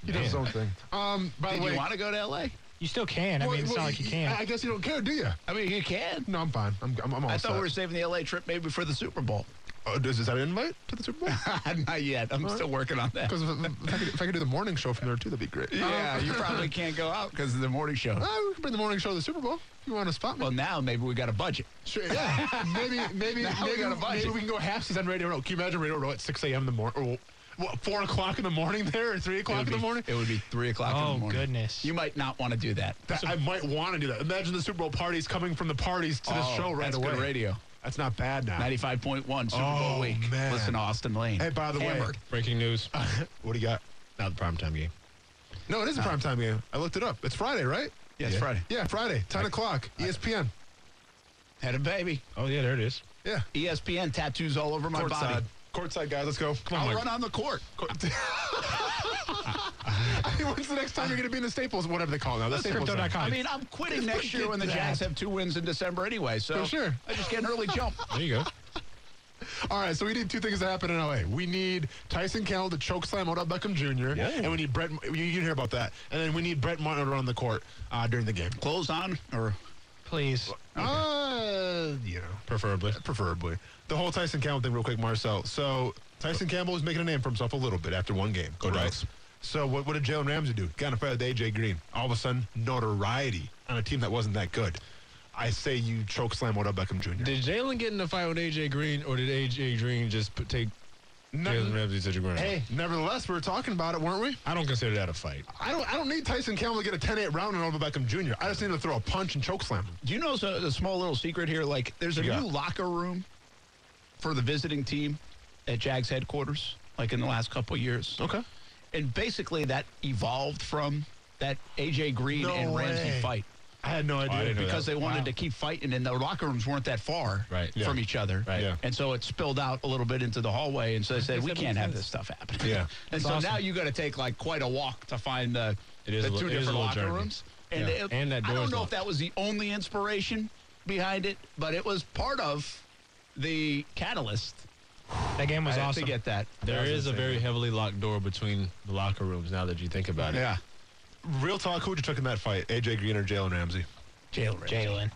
Speaker 4: He does his own thing. Um, by
Speaker 3: Did
Speaker 4: the way,
Speaker 3: you want to go to L.A.?
Speaker 6: you still can. I mean, it's not like you can.
Speaker 4: I guess you don't care, do you?
Speaker 3: I mean, you can.
Speaker 4: No, I'm fine. I'm, I'm, I'm all
Speaker 3: I thought
Speaker 4: set.
Speaker 3: we were saving the L.A. trip maybe for the Super Bowl.
Speaker 4: Oh, is, is that an invite to the Super Bowl?
Speaker 3: Not yet. I'm still working on that.
Speaker 4: Because if, if, I could- if I could do the morning show from there too, that'd be great.
Speaker 3: Yeah,
Speaker 4: Um,
Speaker 3: you probably can't go out because of the morning show.
Speaker 4: ah, we could bring the morning show to the Super Bowl. If you want to spot me?
Speaker 3: Well, now maybe we got a budget.
Speaker 4: sure. Yeah. maybe, maybe,
Speaker 3: Now we
Speaker 4: maybe,
Speaker 3: got a budget.
Speaker 4: maybe we can go half season Radio Row. Can you imagine Radio Row at 6 a.m. in the morning? What, 4 o'clock in the morning there or 3
Speaker 3: It
Speaker 4: o'clock
Speaker 3: would
Speaker 4: in the
Speaker 3: be-
Speaker 4: morning?
Speaker 3: It would be three o'clock in
Speaker 6: Oh,
Speaker 3: the morning.
Speaker 6: goodness.
Speaker 3: You might not want to do that.
Speaker 4: That- I might want to do that. Imagine the Super Bowl parties coming from the parties to the
Speaker 3: Oh,
Speaker 4: show right
Speaker 3: that's
Speaker 4: away.
Speaker 3: good radio.
Speaker 4: That's not bad now.
Speaker 3: Ninety-five point one Super
Speaker 4: Oh,
Speaker 3: Bowl week.
Speaker 4: man.
Speaker 3: Listen to Austin Lane.
Speaker 4: Hey, by the way-
Speaker 3: Hammered.
Speaker 5: Breaking news.
Speaker 4: What do you got?
Speaker 5: Not the primetime game.
Speaker 4: No, it is a primetime game. I looked it up. It's Friday, right?
Speaker 3: Yeah, it's Friday.
Speaker 4: Yeah, Friday, 10 o'clock, E ESPN.
Speaker 3: Had a baby. E
Speaker 5: Oh yeah, there it is.
Speaker 4: Yeah.
Speaker 3: ESPN tattoos all over my body.
Speaker 4: Courtside. Courtside, guys. Let's go. Come on,
Speaker 3: I'll
Speaker 4: Mike.
Speaker 3: run on the court.
Speaker 4: I mean, when's the next time you're going to be in the Staples, whatever they call it now? The Staples Zone.
Speaker 6: Crypto.com.
Speaker 3: I mean, I'm quitting next year when the
Speaker 4: Look at
Speaker 3: Jazz
Speaker 4: that.
Speaker 3: have two wins in December anyway. So
Speaker 4: For sure.
Speaker 3: I just get an early jump.
Speaker 5: There you go.
Speaker 4: All right, so we need two things to happen in LA. We need Tyson Campbell to choke slam Odell Beckham Jr.
Speaker 5: Yeah.
Speaker 4: And we need Brett. You, you hear about that? And then we need Brett Martin to run the court uh, during the game.
Speaker 3: Clothes on or
Speaker 6: please.
Speaker 4: Uh, you know, Uh,
Speaker 5: Preferably.
Speaker 4: preferably the whole Tyson Campbell thing, real quick, Marcel. So Tyson Campbell is making a name for himself a little bit after one game. Go
Speaker 5: Right.
Speaker 4: Ducks. So what, what did Jalen Ramsey do? Got in a fight with AJ Green. All of a sudden, notoriety on a team that wasn't that good. I say you choke slam Odell Beckham Jr.
Speaker 5: Did Jalen get in a fight with AJ Green, or did AJ Green just put, take
Speaker 4: No-
Speaker 5: Jalen Ramsey to the ground?
Speaker 4: hey, nevertheless, we were talking about it, weren't we?
Speaker 5: I don't consider that a fight.
Speaker 4: I don't. I don't need Tyson Campbell to get a 10-8 round on Odell Beckham Jr. I just need to throw a punch and choke slam him.
Speaker 3: Do you know a, a small little secret here? Like, there's a
Speaker 4: Yeah.
Speaker 3: new locker room for the visiting team at Jags headquarters, like in the last couple years.
Speaker 4: Okay.
Speaker 3: And basically, that evolved from that AJ Green
Speaker 4: No
Speaker 3: and Ramsey
Speaker 4: way.
Speaker 3: fight
Speaker 4: I had no idea.
Speaker 5: Oh, I didn't know
Speaker 3: because
Speaker 5: that.
Speaker 3: they wanted to keep fighting, and their locker rooms weren't that far
Speaker 5: Right. Yeah.
Speaker 3: from each other.
Speaker 5: Right. Yeah.
Speaker 3: And so it spilled out a little bit into the hallway, and so they said, "We
Speaker 5: that
Speaker 3: can't
Speaker 5: makes
Speaker 3: have
Speaker 5: sense.
Speaker 3: this stuff happen."
Speaker 4: Yeah.
Speaker 3: and so now you got to take like quite a walk to find the,
Speaker 5: It is
Speaker 3: the
Speaker 5: a li-
Speaker 3: two
Speaker 5: it is a
Speaker 3: different
Speaker 5: little
Speaker 3: locker
Speaker 5: journey.
Speaker 3: rooms. And,
Speaker 5: Yeah.
Speaker 3: it-
Speaker 5: And that
Speaker 3: I don't
Speaker 5: door's
Speaker 3: know if
Speaker 5: locked.
Speaker 3: that was the only inspiration behind it, but it was part of the catalyst
Speaker 6: That game was
Speaker 3: I-
Speaker 6: awesome.
Speaker 3: to get that.
Speaker 5: There is a very heavily locked door between the locker rooms. Now that you think about it,
Speaker 4: Yeah. Real talk. Who would you took in that fight? AJ Green or Jalen Ramsey?
Speaker 3: Jalen. Ramsey.
Speaker 6: Jalen.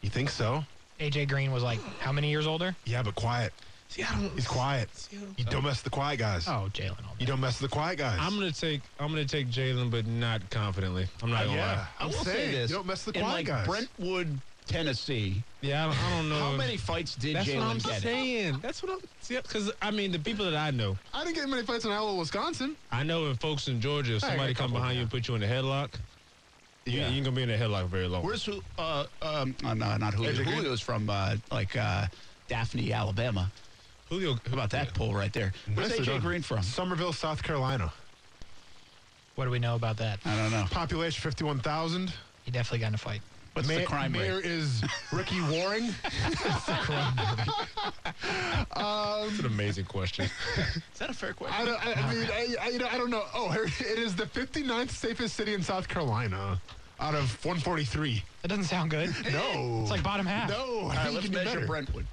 Speaker 4: You think so?
Speaker 6: AJ Green was like how many years older?
Speaker 4: Yeah, but quiet.
Speaker 5: See, I don't.
Speaker 4: He's quiet. You don't mess with the quiet guys.
Speaker 6: Oh, Jalen. All
Speaker 4: You don't mess with the quiet guys.
Speaker 5: I'm gonna take I'm gonna take Jalen, but not confidently. I'm not gonna
Speaker 4: Uh, yeah.
Speaker 5: lie.
Speaker 3: I
Speaker 4: I'm
Speaker 3: will say
Speaker 4: saying,
Speaker 3: this.
Speaker 4: you don't mess with the
Speaker 3: in
Speaker 4: quiet
Speaker 3: like
Speaker 4: guys.
Speaker 3: Brentwood, Tennessee,
Speaker 5: Yeah, I don't, I don't know.
Speaker 3: how
Speaker 5: if-
Speaker 3: many fights did
Speaker 5: Oh. That's what
Speaker 3: Jalen
Speaker 5: I'm
Speaker 3: get?
Speaker 5: saying. That's what I'm. Because I mean, the people that I know,
Speaker 4: I didn't get many fights in Iowa, Wisconsin.
Speaker 5: I know if folks in Georgia, if
Speaker 4: I got
Speaker 5: somebody
Speaker 4: a
Speaker 5: come
Speaker 4: couple,
Speaker 5: behind you and put you in a headlock,
Speaker 4: Yeah.
Speaker 5: yeah. you, ain't gonna be in a headlock very long.
Speaker 3: Where's who? Uh, um, uh, no, not Julio.
Speaker 4: Adrian Green?
Speaker 3: Julio's from uh, like uh, Daphne, Alabama.
Speaker 5: Julio?
Speaker 3: How about that poll right there? Where's AJ
Speaker 4: Nicely done.
Speaker 3: Green from?
Speaker 4: Somerville, South Carolina.
Speaker 6: What do we know about that?
Speaker 3: I don't know.
Speaker 4: Population 51,000.
Speaker 6: He definitely got in a fight.
Speaker 3: Oh. What's the crime
Speaker 4: mayor
Speaker 3: rate?
Speaker 4: is Ricky Waring.
Speaker 5: That's an amazing question.
Speaker 3: Is that a fair question?
Speaker 4: Um, I, don't, I, I mean, I, I, you know, I don't know. Oh, here- it is the 59th safest city in South Carolina out of 143.
Speaker 6: That doesn't sound good.
Speaker 4: No.
Speaker 6: It's like bottom half.
Speaker 4: No.
Speaker 3: Ah. All right, let's measure Brentwood.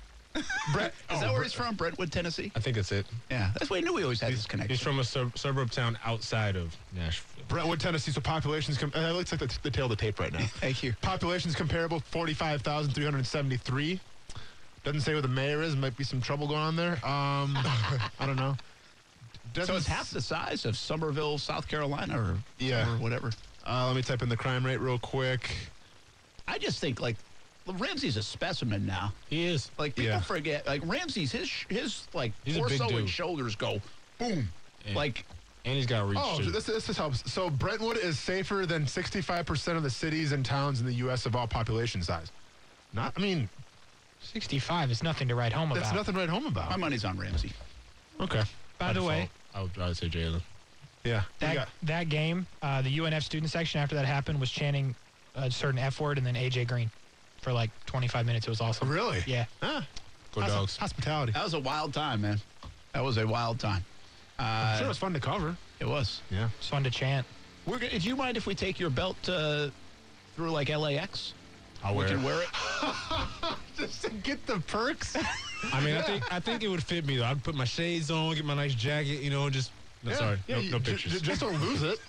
Speaker 4: Brent.
Speaker 3: Is that where he's from? Brentwood, Tennessee.
Speaker 5: I think that's it.
Speaker 3: Yeah, that's why I knew we always had this
Speaker 5: He's
Speaker 3: connection.
Speaker 5: from a sub- suburb town outside of Nashville.
Speaker 4: Brentwood, Tennessee. So population's com- uh, that looks like the, the tail of the tape right now.
Speaker 3: Thank you.
Speaker 4: Population's comparable, forty-five thousand three hundred seventy-three. Doesn't say where the mayor is. Might be some trouble going on there. Um, I don't know.
Speaker 3: So
Speaker 4: Doesn't
Speaker 3: it's half the size of Somerville, South Carolina, or
Speaker 4: Yeah.
Speaker 3: or whatever.
Speaker 4: Uh, let me type in the crime rate real quick.
Speaker 3: I just think like Ramsey's a specimen now.
Speaker 5: He is.
Speaker 3: Like people
Speaker 4: Yeah.
Speaker 3: forget, like Ramsey's his his like
Speaker 5: He's a big
Speaker 3: torso and
Speaker 5: dude.
Speaker 3: shoulders go boom,
Speaker 5: Yeah.
Speaker 3: like
Speaker 5: And he's got reach.
Speaker 4: Oh,
Speaker 5: too.
Speaker 4: this, this this helps. So Brentwood is safer than sixty-five percent of the cities and towns in the U.S. of all population size. Not, I mean,
Speaker 6: 65 is nothing to write home
Speaker 4: that's
Speaker 6: about.
Speaker 4: nothing to write home about.
Speaker 3: my money's on Ramsey.
Speaker 5: okay.
Speaker 6: By the way-
Speaker 5: I would probably say Jalen.
Speaker 4: yeah, we
Speaker 6: that,
Speaker 4: got-
Speaker 6: that game, uh, the UNF student section after that happened was chanting a certain F word and then AJ Green for like 25 minutes. It was awesome.
Speaker 4: really.
Speaker 6: Yeah.
Speaker 4: Huh?
Speaker 5: Go
Speaker 4: Hosp-
Speaker 5: dogs.
Speaker 4: Hospitality.
Speaker 3: That was a wild time, man. That was a wild time.
Speaker 4: I'm sure it was fun to cover.
Speaker 3: It was.
Speaker 4: Yeah.
Speaker 6: It's fun to chant.
Speaker 3: We're gonna, do you mind if we take your belt uh, through like LAX?
Speaker 5: I'll
Speaker 3: we
Speaker 5: wear
Speaker 3: can
Speaker 5: it.
Speaker 3: wear it.
Speaker 4: Just to get the perks.
Speaker 5: I mean, I think I think it would fit me though. I'd put my shades on, get my nice jacket, you know, and just. No,
Speaker 4: Yeah,
Speaker 5: sorry,
Speaker 4: yeah,
Speaker 5: no,
Speaker 4: you-
Speaker 5: no
Speaker 4: ju-
Speaker 5: pictures.
Speaker 4: ju- just don't lose it.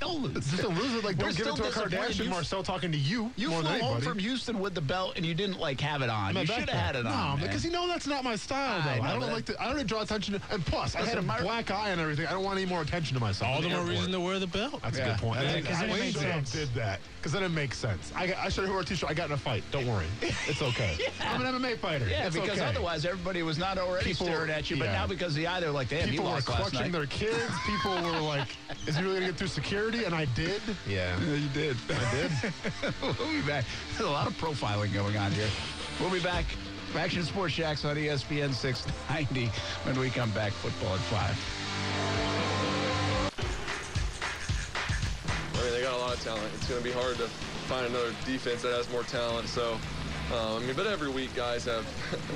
Speaker 3: Don't lose.
Speaker 4: Just don't lose it. Like,
Speaker 3: We're
Speaker 4: don't give
Speaker 3: still
Speaker 4: it to a
Speaker 3: disappointed.
Speaker 4: Kardashian.
Speaker 3: You-
Speaker 4: Marcel talking to you.
Speaker 3: You
Speaker 4: more
Speaker 3: flew
Speaker 4: than
Speaker 3: home
Speaker 4: anybody.
Speaker 3: from Houston with the belt and you didn't like have it on.
Speaker 4: My
Speaker 3: you
Speaker 4: back
Speaker 3: should have
Speaker 4: there.
Speaker 3: had it on.
Speaker 4: No, because you
Speaker 3: man.
Speaker 4: know that's not my style. Though.
Speaker 3: I
Speaker 4: I,
Speaker 3: know,
Speaker 4: don't
Speaker 3: but
Speaker 4: like to. I don't draw attention to. And plus, I had a
Speaker 3: Listen, Mark-
Speaker 4: black eye and everything. I don't want any more attention to myself.
Speaker 5: All
Speaker 4: in
Speaker 5: the more
Speaker 4: airport.
Speaker 5: reason to wear the belt.
Speaker 4: That's a
Speaker 3: Yeah.
Speaker 4: good point.
Speaker 6: Yeah,
Speaker 4: I,
Speaker 6: 'cause then it
Speaker 4: I
Speaker 6: makes
Speaker 4: should've
Speaker 6: sense.
Speaker 4: did that because then it makes sense. I, got- I should have wore a t-shirt. I got in a fight. Don't worry, it's okay. I'm an MMA fighter.
Speaker 3: Yeah,
Speaker 4: It's
Speaker 3: because
Speaker 4: okay.
Speaker 3: otherwise everybody was not already
Speaker 4: People-
Speaker 3: staring at you, but
Speaker 4: yeah.
Speaker 3: now because the eye, they're like, damn,
Speaker 4: people
Speaker 3: he
Speaker 4: were
Speaker 3: lost last night.
Speaker 4: clutching their kids. People were like, "Is he really gonna get through security?" And I did. Yeah.
Speaker 3: Yeah, you did. I did. we'll be back. There's a lot of profiling going on here. We'll be back. Action Sports Shacks on E ESPN 690 when we come back. Football at 5.
Speaker 7: I mean, they got a lot of talent. It's going to be hard to find another defense that has more talent. So, uh, I mean, but every week guys have,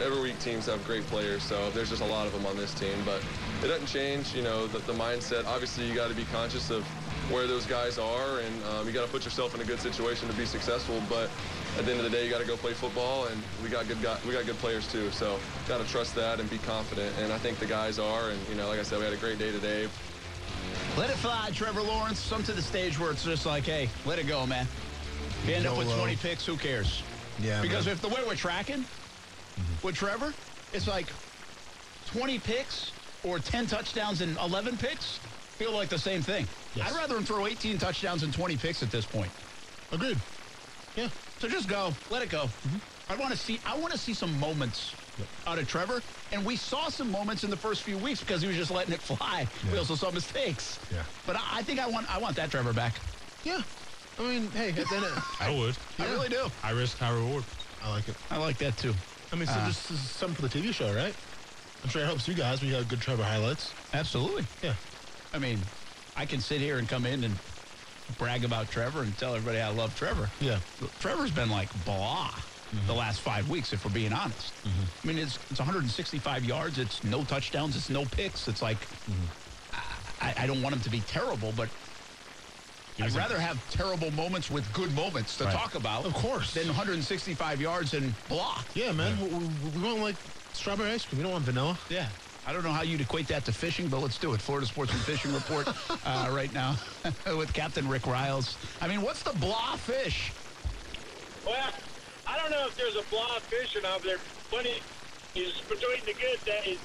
Speaker 7: every week teams have great players. So there's just a lot of them on this team. But it doesn't change, you know, the, the mindset. Obviously, you got to be conscious of where those guys are, and um, you got to put yourself in a good situation to be successful. But at the end of the day, you got to go play football, and we got good guy, we got good players too. So got to trust that and be confident. And I think the guys are. And you know, like I said, we had a great day today.
Speaker 3: Let it fly, Trevor Lawrence. Some to the stage where it's just like, hey, let it go, man. If you end up with
Speaker 4: YOLO.
Speaker 3: 20 picks, who cares?
Speaker 4: Yeah,
Speaker 3: Because if the way we're tracking with Trevor, it's like 20 picks or 10 touchdowns and 11 picks feel like the same thing. I'd rather him throw 18 touchdowns and 20 picks at this point.
Speaker 4: Agreed. Mm-hmm.
Speaker 3: Yeah. So just go, let it go. I want to see. I want to see some moments out of Trevor, and we saw some moments in the first few weeks because he was just letting it fly. We
Speaker 4: Yeah.
Speaker 3: also saw mistakes.
Speaker 4: Yeah.
Speaker 3: But I, I think I want. I want that Trevor back.
Speaker 4: Yeah. I mean, hey, at the end of-
Speaker 5: I would.
Speaker 3: I really do.
Speaker 5: I risk, high reward.
Speaker 4: I like it.
Speaker 3: I like that too. Uh,
Speaker 4: I mean, so this is something for the TV show, right? I'm sure it helps you guys. We got good Trevor highlights.
Speaker 3: Absolutely.
Speaker 4: Yeah.
Speaker 3: I mean, I can sit here and come in and brag about Trevor and tell everybody I love Trevor.
Speaker 4: Yeah. Mm-hmm.
Speaker 3: Trevor's been like blah the last five weeks, if we're being honest. I mean, it's, it's 165 yards. It's no touchdowns. It's no picks. It's like,
Speaker 4: Mm-hmm.
Speaker 3: I, I don't want him to be terrible, but I'd rather have terrible moments with good moments to
Speaker 4: Right.
Speaker 3: talk about.
Speaker 4: Of course.
Speaker 3: Than 165 yards and blah.
Speaker 4: Yeah, man. We, we want like strawberry ice cream. We don't want vanilla.
Speaker 3: Yeah. I don't know how you'd equate that to fishing, but let's do it. Florida Sportsman Fishing Report uh, right now with Captain Rick Riles. I mean, what's the blah fish?
Speaker 8: Well, I don't know if there's a fly fish or not. There plenty is between the good days,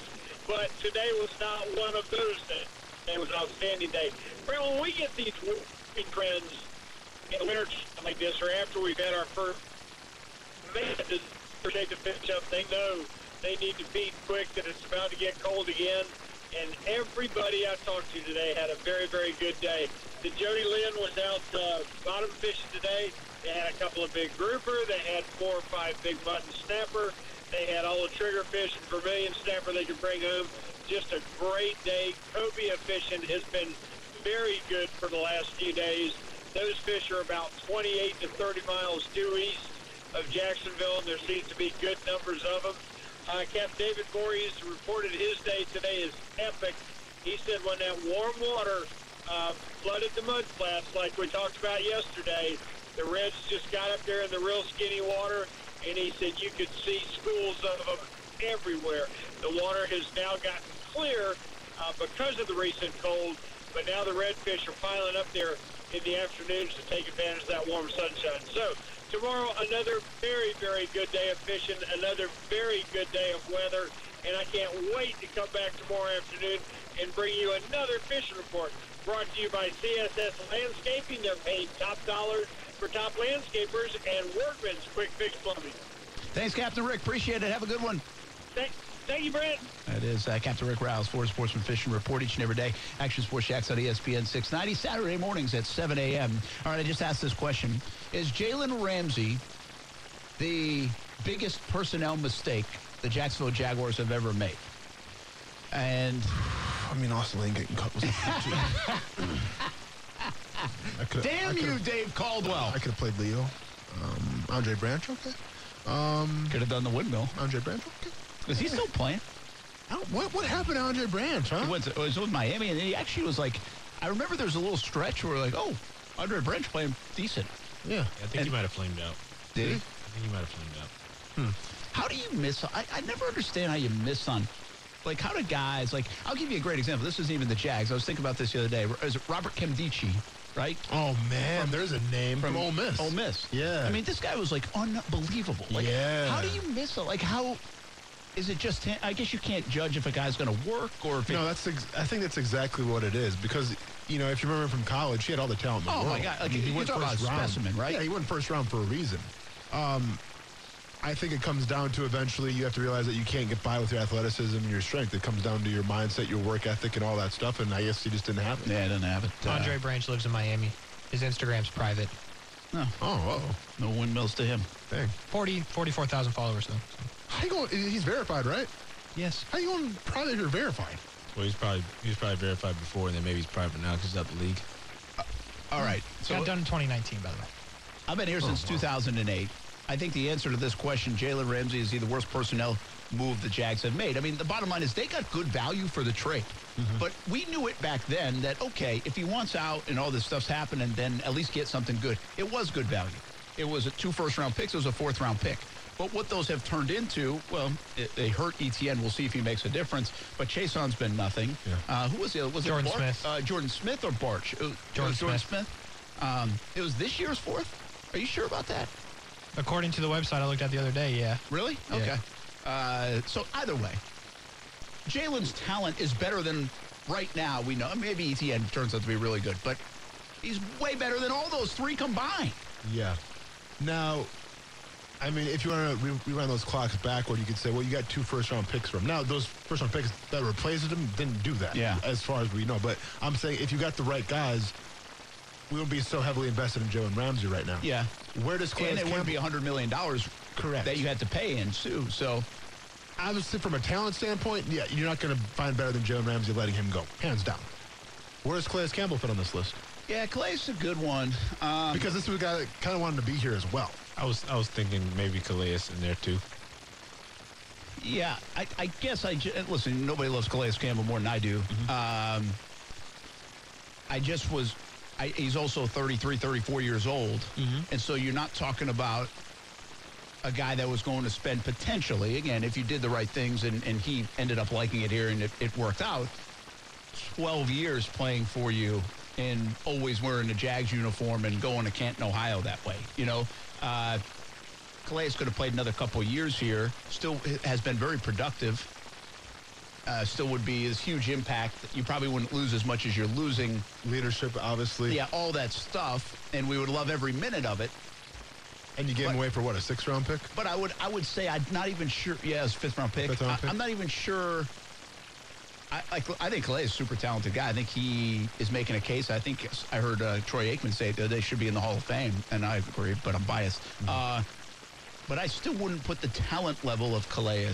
Speaker 8: but today was not one of those days. It was an outstanding day. Brent, when we get these whooping trends in the winter time like this, or after we've had our first man to appreciate the fish up, they know they need to feed quick, that it's about to get cold again. And everybody I talked to today had a very, very good day. The Jody Lynn was out uh, bottom fishing today. They had a couple of big grouper. They had four or five big mutton snapper. They had all the triggerfish and vermilion snapper they could bring home. Just a great day. Cobia fishing has been very good for the last few days. Those fish are about 28 to 30 miles due east of Jacksonville, and there seems to be good numbers of them. Uh, Cap David Voorhees reported his day today is epic. He said when that warm water uh, flooded the mud flats like we talked about yesterday, the Reds just got up there in the real skinny water, and he said you could see schools of them everywhere. The water has now gotten clear uh, because of the recent cold, but now the redfish are piling up there in the afternoons to take advantage of that warm sunshine. So tomorrow, another very, very good day of fishing, another very good day of weather, and I can't wait to come back tomorrow afternoon and bring you another fishing report brought to you by CSS Landscaping. They're paid top dollar for top landscapers and workmen's quick fix plumbing.
Speaker 3: Thanks, Captain Rick. Appreciate it. Have a good one.
Speaker 8: Thank, thank you, Brent.
Speaker 3: That is uh, Captain Rick Rouse, Florida Sportsman Fishing Report each and every day. Action Sports Shacks on E ESPN 690, Saturday mornings at 7 a.m. All right, I just asked this question. Is Jalen Ramsey the biggest personnel mistake the Jacksonville Jaguars have ever made? And
Speaker 4: I mean, Austin Lane getting cut was a too. I could,
Speaker 3: damn you, Dave Caldwell.
Speaker 4: I could have played Leo. Um, Andre Branch, okay. Um,
Speaker 3: Could have done the windmill.
Speaker 4: Andre Branch, okay.
Speaker 3: Is he still playing?
Speaker 4: How- What, what happened to Andre Branch, huh?
Speaker 3: He went to, it was with Miami, and he actually was like, I remember there was a little stretch where like, oh, Andre Branch playing decent.
Speaker 4: Yeah.
Speaker 5: I think he might have flamed out.
Speaker 3: Did
Speaker 4: Mm-hmm.
Speaker 3: he?
Speaker 5: I think he might have flamed out.
Speaker 3: How do you miss? I, I never understand how you miss on. Like, how do guys, like, I'll give you a great example. This isn't even the Jags. I was thinking about this the other day. Is it Robert Kemdichi, right?
Speaker 4: Oh, man, there's a name from, Ole Miss.
Speaker 3: Ole Miss.
Speaker 4: Yeah.
Speaker 3: I mean, this guy was, like, unbelievable. Like,
Speaker 4: Yeah.
Speaker 3: how do you miss it? Like, how is it just him? I guess you can't judge if a guy's going to work or if it-
Speaker 4: No, that's ex- I think that's exactly what it is because you know if you remember from college, he had all the talent. In the
Speaker 3: Oh, my
Speaker 4: world.
Speaker 3: God. Like, you talk about a specimen, right?
Speaker 4: Yeah, he went first round for a reason. Um, I think it comes down to eventually you have to realize that you can't get by with your athleticism and your strength. It comes down to your mindset, your work ethic, and all that stuff. And I guess he just didn't have it.
Speaker 3: Yeah, it doesn't have it. Uh,
Speaker 6: Andre Branch lives in Miami. His Instagram's private.
Speaker 4: Oh, oh,
Speaker 3: No windmills to him.
Speaker 4: dang.
Speaker 6: 40, 44,000 followers though.
Speaker 4: How you going? He's verified, right?
Speaker 3: Yes.
Speaker 4: How you going? Probably you're verified.
Speaker 5: Well, he's probably he was probably verified before, and then maybe he's private now because he's out the league.
Speaker 3: All right.
Speaker 6: Got
Speaker 3: So
Speaker 6: done in 2019, by the way.
Speaker 3: I've been here
Speaker 6: Oh.
Speaker 3: since 2008. I think the answer to this question, Jalen Ramsey, is he the worst personnel move the Jags have made? I mean, the bottom line is they got good value for the trade.
Speaker 6: Mm-hmm.
Speaker 3: But we knew it back then that, okay, if he wants out and all this stuff's happening, then at least get something good. It was good value. It was a two first round picks, it was a fourth round pick. But what those have turned into, well, it, they hurt ETN. We'll see if he makes a difference. But Chason's been nothing. Uh, who was the other? Was
Speaker 6: Jordan
Speaker 3: it Barch?
Speaker 6: Smith.
Speaker 3: Uh, Jordan Smith or Barch? It was- it
Speaker 6: Jordan
Speaker 3: was Jordan
Speaker 6: Smith.
Speaker 3: Smith. Um, it was this year's fourth. Are you sure about that?
Speaker 6: According to the website I looked at the other day, yeah.
Speaker 3: Really? Okay. Uh, so either way, Jalen's talent is better than right now. We know maybe ETN turns out to be really good, but he's way better than all those three combined.
Speaker 4: Yeah. Now, I mean, if you want to re- rerun those clocks backward, you could say, well, you got two first-round picks from. Now, those first-round picks that replaced him didn't do that,
Speaker 3: Yeah.
Speaker 4: as far as we know. But I'm saying if you got the right guys, we wouldn't be so heavily invested in Joe and Ramsey right now.
Speaker 3: Yeah.
Speaker 4: Where does
Speaker 3: and
Speaker 4: Clarence
Speaker 3: it
Speaker 4: Campbell
Speaker 3: wouldn't be hundred million dollars,
Speaker 4: Correct.
Speaker 3: that you had to pay in too. So
Speaker 4: obviously from a talent standpoint, yeah, you're not going to find better than Joe and Ramsey letting him go, hands down. Where does Clarence Campbell fit on this list?
Speaker 3: yeah, Clay's a good one. Um,
Speaker 4: Because this was a guy that kind of wanted to be here as well.
Speaker 5: I was I was thinking maybe Calais in there too.
Speaker 3: Yeah, I, I guess I ju- listen. Nobody loves Calais Campbell more than I do. Um, I just was. I, he's also 33, 34 years old, and so you're not talking about a guy that was going to spend potentially again if you did the right things and, and he ended up liking it here and it, it worked out. 12 years playing for you and always wearing the Jags uniform and going to Canton, Ohio that way. You know, uh, Calais could have played another couple of years here. Still has been very productive. Uh, still would be this huge impact. You probably wouldn't lose as much as you're losing.
Speaker 4: Leadership, obviously.
Speaker 3: Yeah, all that stuff, and we would love every minute of it.
Speaker 4: And you gave him
Speaker 3: But-
Speaker 4: away for what, a six round pick?
Speaker 3: But I would I would say I'm not even sure. Yeah, it's fifth round pick.
Speaker 4: Fifth round
Speaker 3: I,
Speaker 4: pick.
Speaker 3: am not even sure. I, like I think Calais is a super talented guy. I think he is making a case. I think I heard uh, Troy Aikman say that they should be in the Hall of Fame, and I agree, but I'm biased.
Speaker 4: Mm-hmm.
Speaker 3: Uh, but I still wouldn't put the talent level of Calais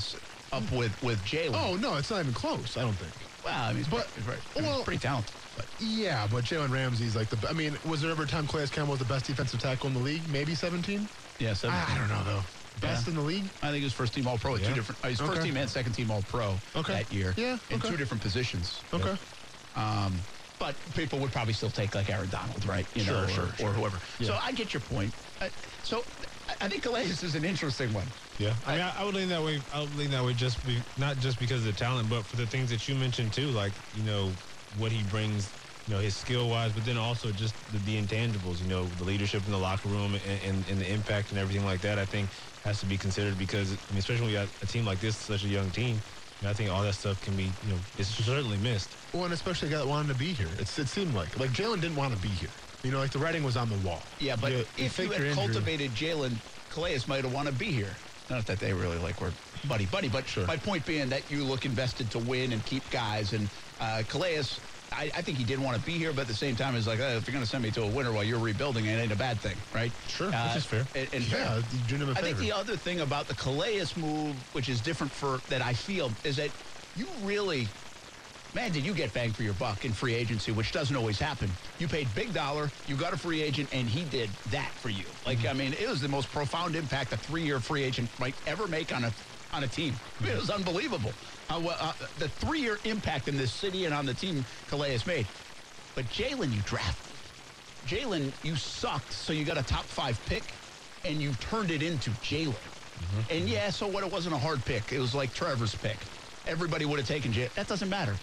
Speaker 3: up with with Jalen.
Speaker 4: Mm. Oh, no, it's not even close, I don't think.
Speaker 3: well, I mean, he's
Speaker 4: but-
Speaker 3: pretty, he's very- I mean, he's
Speaker 4: well-
Speaker 3: pretty talented. But
Speaker 4: Yeah, but Jalen Ramsey's like the. be- I mean, was there ever a time Clayus Campbell was the best defensive tackle in the league? Maybe 17?
Speaker 3: yeah, so
Speaker 4: I, I don't know, though. Best
Speaker 3: Yeah.
Speaker 4: in the league?
Speaker 3: I think he was first team All Pro at
Speaker 4: Yeah.
Speaker 3: two different. Uh, he's first
Speaker 4: Okay.
Speaker 3: team and second team All Pro
Speaker 4: Okay.
Speaker 3: that year.
Speaker 4: Yeah,
Speaker 3: in
Speaker 4: okay.
Speaker 3: two different positions. Um,
Speaker 4: Okay.
Speaker 3: But people would probably still take like Aaron Donald, right? You know, or,
Speaker 4: Sure, sure,
Speaker 3: or whoever. So
Speaker 4: Yeah.
Speaker 3: I get your point. Uh, so I- I think Calais is an interesting one.
Speaker 4: Yeah.
Speaker 5: I mean, I, I would lean that way. I would lean that way just be, not just because of the talent, but for the things that you mentioned too, like you know what he brings, you know his skill wise, but then also just the, the intangibles, you know, the leadership in the locker room and, and, and the impact and everything like that. I think has to be considered because I mean, especially when you got a team like this, such a young team, and I think all that stuff can be, you know, it's certainly missed.
Speaker 4: Well, and especially a guy that wanted to be here. It's, it seemed like. Like, Jalen didn't want to be here. You know, like the writing was on the wall.
Speaker 3: Yeah, but
Speaker 4: You- you
Speaker 3: if you
Speaker 4: fake
Speaker 3: had
Speaker 4: your injury.
Speaker 3: cultivated Jalen, Calais might have want to be here. Not that they really like were buddy buddy, but my point being that you look invested to win and keep guys. And uh, Calais, I, I think he did want to be here, but at the same time, it's like, uh if you're going to send me to a winner while you're rebuilding, it ain't a bad thing, right?
Speaker 4: Sure,
Speaker 3: uh,
Speaker 4: which is fair.
Speaker 3: And, and fair.
Speaker 4: Yeah, you doing him a
Speaker 3: I
Speaker 4: favor.
Speaker 3: think the other thing about the Calais move, which is different for that I feel, is that you really, man, did you get bang for your buck in free agency, which doesn't always happen. You paid big dollar, you got a free agent, and he did that for you. Like,
Speaker 4: Mm-hmm.
Speaker 3: I mean, it was the most profound impact a three-year free agent might ever make on a on a team. I mean, it was unbelievable. How, well- uh, the three-year impact in this city and on the team Calais made. But Jalen, you drafted. Jalen, you sucked, so you got a top five pick, and you turned it into Jalen. And yeah, so what? It wasn't a hard pick. It was like Trevor's pick. Everybody would have taken Jalen. That doesn't matter.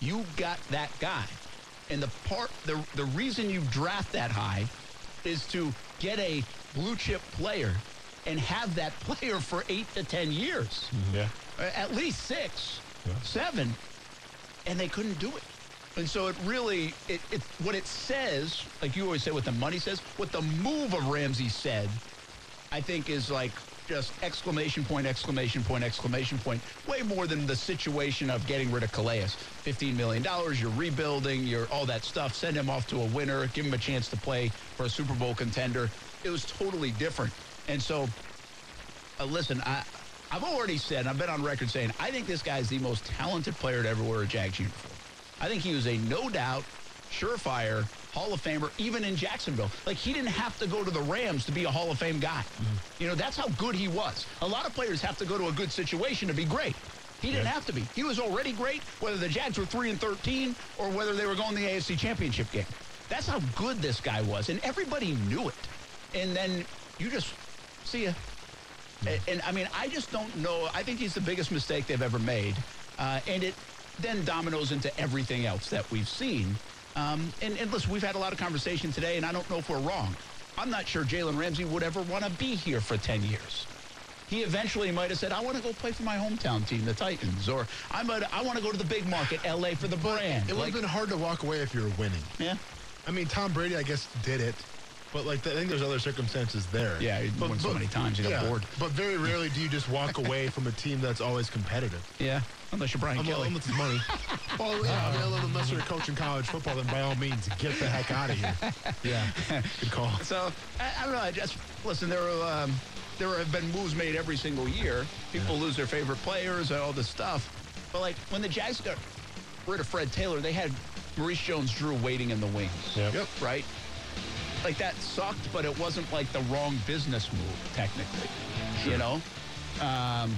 Speaker 3: You got that guy, and the part, the the reason you draft that high is to get a blue chip player and have that player for eight to ten years,
Speaker 5: Yeah.
Speaker 3: Uh, at least six, seven and they couldn't do it. And so it really, it, it what it says, like you always say, what the money says, what the move of Ramsey said, I think is like just exclamation point, exclamation point, exclamation point. Way more than the situation of getting rid of Calais. Fifteen million dollars, you're rebuilding, you're all that stuff. Send him off to a winner, give him a chance to play for a Super Bowl contender. It was totally different. And so uh, listen, I, I've already said, and I've been on record saying, I think this guy is the most talented player to ever wear a Jags uniform. I think he was a no doubt, surefire Hall of Famer, even in Jacksonville. Like, he didn't have to go to the Rams to be a Hall of Fame guy. You know, that's how good he was. A lot of players have to go to a good situation to be great. He didn't have to be. He was already great, whether the Jags were 3 and 13 or whether they were going to the AFC Championship game. That's how good this guy was, and everybody knew it. And then you just see ya. And, and, I mean, I just don't know. I think he's the biggest mistake they've ever made, uh, and it then dominoes into everything else that we've seen. Um, and, and listen, we've had a lot of conversation today, and I don't know if we're wrong. I'm not sure Jalen Ramsey would ever want to be here for 10 years. He eventually might have said, "I want to go play for my hometown team, the Titans," or "I might, I want to go to the big market, LA, for the brand."
Speaker 4: It would
Speaker 3: Like,
Speaker 4: have been hard to walk away if you were winning.
Speaker 3: yeah.
Speaker 4: I mean, Tom Brady, I guess, did it, but like, I think there's other circumstances there.
Speaker 3: Yeah, he
Speaker 4: but,
Speaker 3: won so many times, he got bored.
Speaker 4: But very rarely do you just walk away from a team that's always competitive.
Speaker 3: Yeah, unless you're Brian
Speaker 4: Unless
Speaker 3: Kelly.
Speaker 4: unless it's money. well, yeah, I mean, unless you're coaching college football, then by all means, get the heck out of here. Yeah, good call.
Speaker 3: So I, I don't know. I just listen. There are um, there have been moves made every single year. People lose their favorite players and all this stuff. But like when the Jags got rid of Fred Taylor, they had Maurice Jones-Drew waiting in the wings.
Speaker 4: Yep.
Speaker 3: Right. Like that sucked, but it wasn't like the wrong business move technically. You know. Um,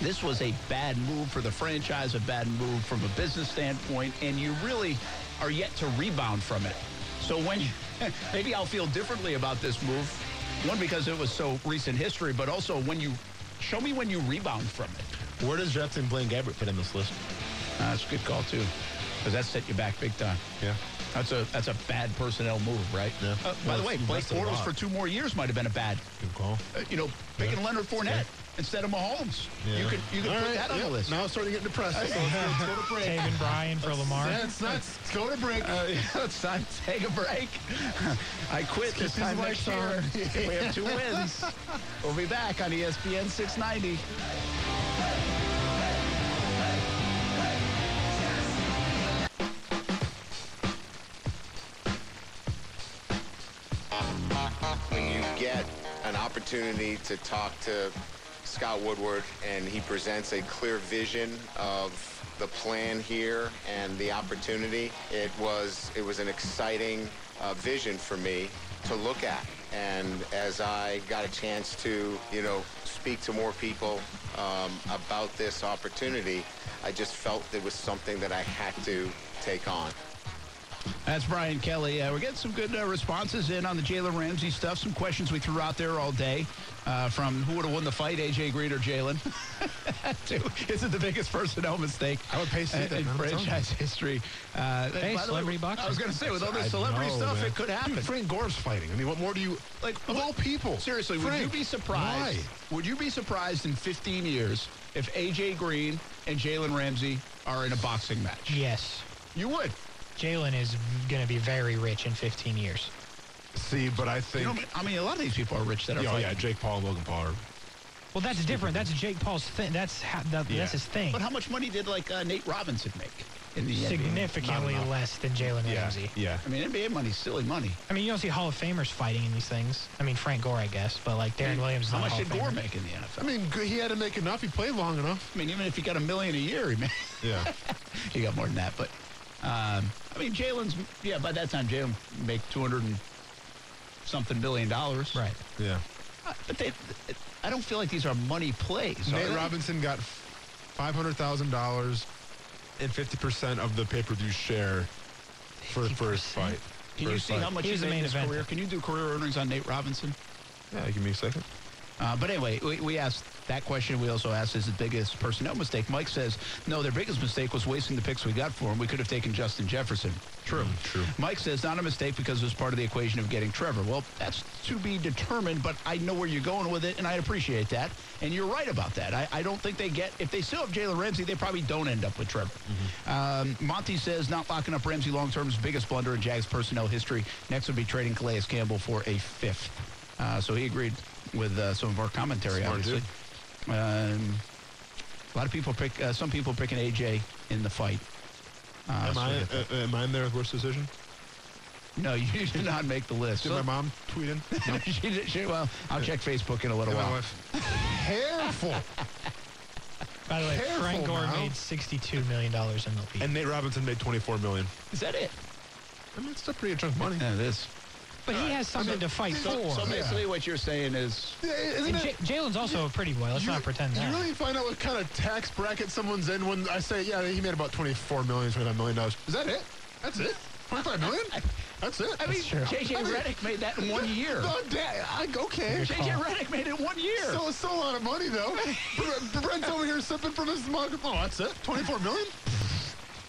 Speaker 3: this was a bad move for the franchise, a bad move from a business standpoint, and you really are yet to rebound from it. So when you, maybe I'll feel differently about this move, one because it was so recent history, but also when you show me when you rebound from it.
Speaker 4: Where does drafting Blaine Gabbert fit in this list?
Speaker 3: Uh, that's a good call too, because that set you back big time.
Speaker 4: Yeah.
Speaker 3: That's a that's a bad personnel move, right?
Speaker 5: Yeah.
Speaker 3: Uh, by the
Speaker 5: Well,
Speaker 3: way, Blake
Speaker 5: it's invested a
Speaker 3: Bortles
Speaker 5: lot.
Speaker 3: for two more years might have been a bad.
Speaker 5: Good call.
Speaker 3: Uh, you know, picking Leonard Fournette instead of Mahomes. You
Speaker 5: Yeah.
Speaker 3: could you could
Speaker 4: All
Speaker 3: put
Speaker 4: right,
Speaker 3: that on
Speaker 4: yeah,
Speaker 3: the list.
Speaker 4: Now I'm starting to get depressed. So let's go to break.
Speaker 6: Taven Bryan for Lamar.
Speaker 4: That's nuts. Let's go to break.
Speaker 3: Uh, yeah, it's time to take a break. I quit this time next year. we have two wins. We'll be back on E ESPN 690.
Speaker 9: when you get an opportunity to talk to Scott Woodward and he presents a clear vision of the plan here and the opportunity, it was it was an exciting uh, vision for me to look at. And as I got a chance to, you know, speak to more people um, about this opportunity, I just felt it was something that I had to take on.
Speaker 3: That's Brian Kelly. Uh, we're getting some good uh, responses in on the Jalen Ramsey stuff. Some questions we threw out there all day uh, from who would have won the fight, AJ Green or Jalen? to, is it the biggest personnel mistake
Speaker 4: I would pay to see
Speaker 3: in-
Speaker 4: that,
Speaker 3: in
Speaker 4: man, I'm telling
Speaker 3: franchise history? Uh, by the way,
Speaker 6: celebrity
Speaker 3: I was
Speaker 6: boxing.
Speaker 3: going to say, with all
Speaker 4: I
Speaker 3: this celebrity
Speaker 4: know,
Speaker 3: stuff,
Speaker 4: man.
Speaker 3: it could happen.
Speaker 4: Dude, Frank Gore's fighting. I mean, what more do you like? Of all people,
Speaker 3: Seriously, would you
Speaker 4: Frank,
Speaker 3: be surprised?
Speaker 4: Why?
Speaker 3: Would you be surprised in 15 years if AJ Green and Jalen Ramsey are in a boxing match?
Speaker 6: Yes.
Speaker 3: You would.
Speaker 6: Jalen is going to be very rich in 15 years.
Speaker 4: See, but I
Speaker 3: You
Speaker 4: think.
Speaker 3: know, I mean, a lot of these people are rich that are
Speaker 4: yeah, oh,
Speaker 3: fighting.
Speaker 4: yeah, Jake Paul and Logan Paul. Are,
Speaker 6: Well, that's different. That's Jake Paul's thing. That's how, that,
Speaker 4: Yeah.
Speaker 6: that's his thing.
Speaker 3: But how much money did like uh, Nate Robinson make in the NBA?
Speaker 6: Significantly
Speaker 4: Not enough.
Speaker 6: less than Jalen
Speaker 4: yeah,
Speaker 6: Ramsey.
Speaker 4: yeah.
Speaker 3: I mean, NBA money's silly money.
Speaker 6: I mean, you don't see Hall of Famers fighting in these things. I mean, Frank Gore, I guess, but like Darren Williams. is
Speaker 3: How
Speaker 6: not a
Speaker 3: much
Speaker 6: Hall
Speaker 3: did
Speaker 6: of
Speaker 3: Gore
Speaker 6: Famer.
Speaker 3: make in the NFL?
Speaker 4: I mean, g- he had to make enough. He played long enough.
Speaker 3: I mean, even if he got a million a year, he made,
Speaker 4: Yeah.
Speaker 3: he got more than that. But um, I mean, Jalen's yeah. By that time, Jalen make two hundred and something billion dollars.
Speaker 6: Right.
Speaker 4: yeah.
Speaker 3: Uh, But they, I don't feel like these are money plays.
Speaker 4: Nate
Speaker 3: are they?
Speaker 4: Robinson got five hundred thousand dollars and fifty percent of the pay-per-view share for for his fight.
Speaker 3: Can you
Speaker 4: First
Speaker 3: see
Speaker 4: fight.
Speaker 3: how much
Speaker 6: He
Speaker 3: he
Speaker 6: was the
Speaker 3: made
Speaker 6: main
Speaker 3: in his
Speaker 6: eventer.
Speaker 3: career? Can you do career earnings on Nate Robinson?
Speaker 4: Yeah, give me a second.
Speaker 3: Uh, but anyway, we, we asked that question. We also asked, is the biggest personnel mistake? Mike says, no, their biggest mistake was wasting the picks we got for him. We could have taken Justin Jefferson. True. true. Mike says, not a mistake because it was part of the equation of getting Trevor. Well, that's to be determined, but I know where you're going with it, and I appreciate that. And you're right about that. I, I don't think they get, if they still have Jalen Ramsey, they probably don't end up with Trevor. Um, Monty says, not locking up Ramsey long term is the biggest blunder in Jags personnel history. Next would be trading Calais Campbell for a fifth. Uh, so he agreed with uh, some of our commentary,
Speaker 4: Smart
Speaker 3: obviously. Um, a lot of people pick, uh, some people picking AJ in the fight. Uh,
Speaker 4: am
Speaker 3: so
Speaker 4: I
Speaker 3: that-
Speaker 4: uh, am I in there with worst decision?
Speaker 3: no, you did not make the list.
Speaker 4: Did
Speaker 3: So-
Speaker 4: my mom tweet in?
Speaker 3: she did- she- well, I'll check Facebook in a little
Speaker 4: And my
Speaker 3: while.
Speaker 4: wife. Careful.
Speaker 6: By the way,
Speaker 4: Careful
Speaker 6: Frank Gore
Speaker 4: now.
Speaker 6: made $62 million in the league.
Speaker 4: and Nate Robinson made twenty-four million.
Speaker 3: Is that it?
Speaker 4: I mean, it's still pretty chunk of money.
Speaker 3: Yeah, it is.
Speaker 6: but he has something to fight for.
Speaker 3: So basically, what you're saying is,
Speaker 4: Yeah, Isn't
Speaker 6: And
Speaker 4: it?
Speaker 6: J- Jalen's also a pretty boy. Let's
Speaker 4: you-
Speaker 6: not pretend that.
Speaker 4: You really find out what kind of tax bracket someone's in when I say, yeah, he made about $24 million, $25 million. dollars. Is that it? That's it? $25 million? That's it?
Speaker 3: I mean,
Speaker 6: true.
Speaker 3: JJ
Speaker 4: I mean-
Speaker 3: Redick made that in one year.
Speaker 4: No, da- I, okay.
Speaker 3: JJ Redick made it in one year.
Speaker 4: Still, still a lot of money, though. Brent- Brent's over here sipping from his mug. Oh, that's it? $24 million?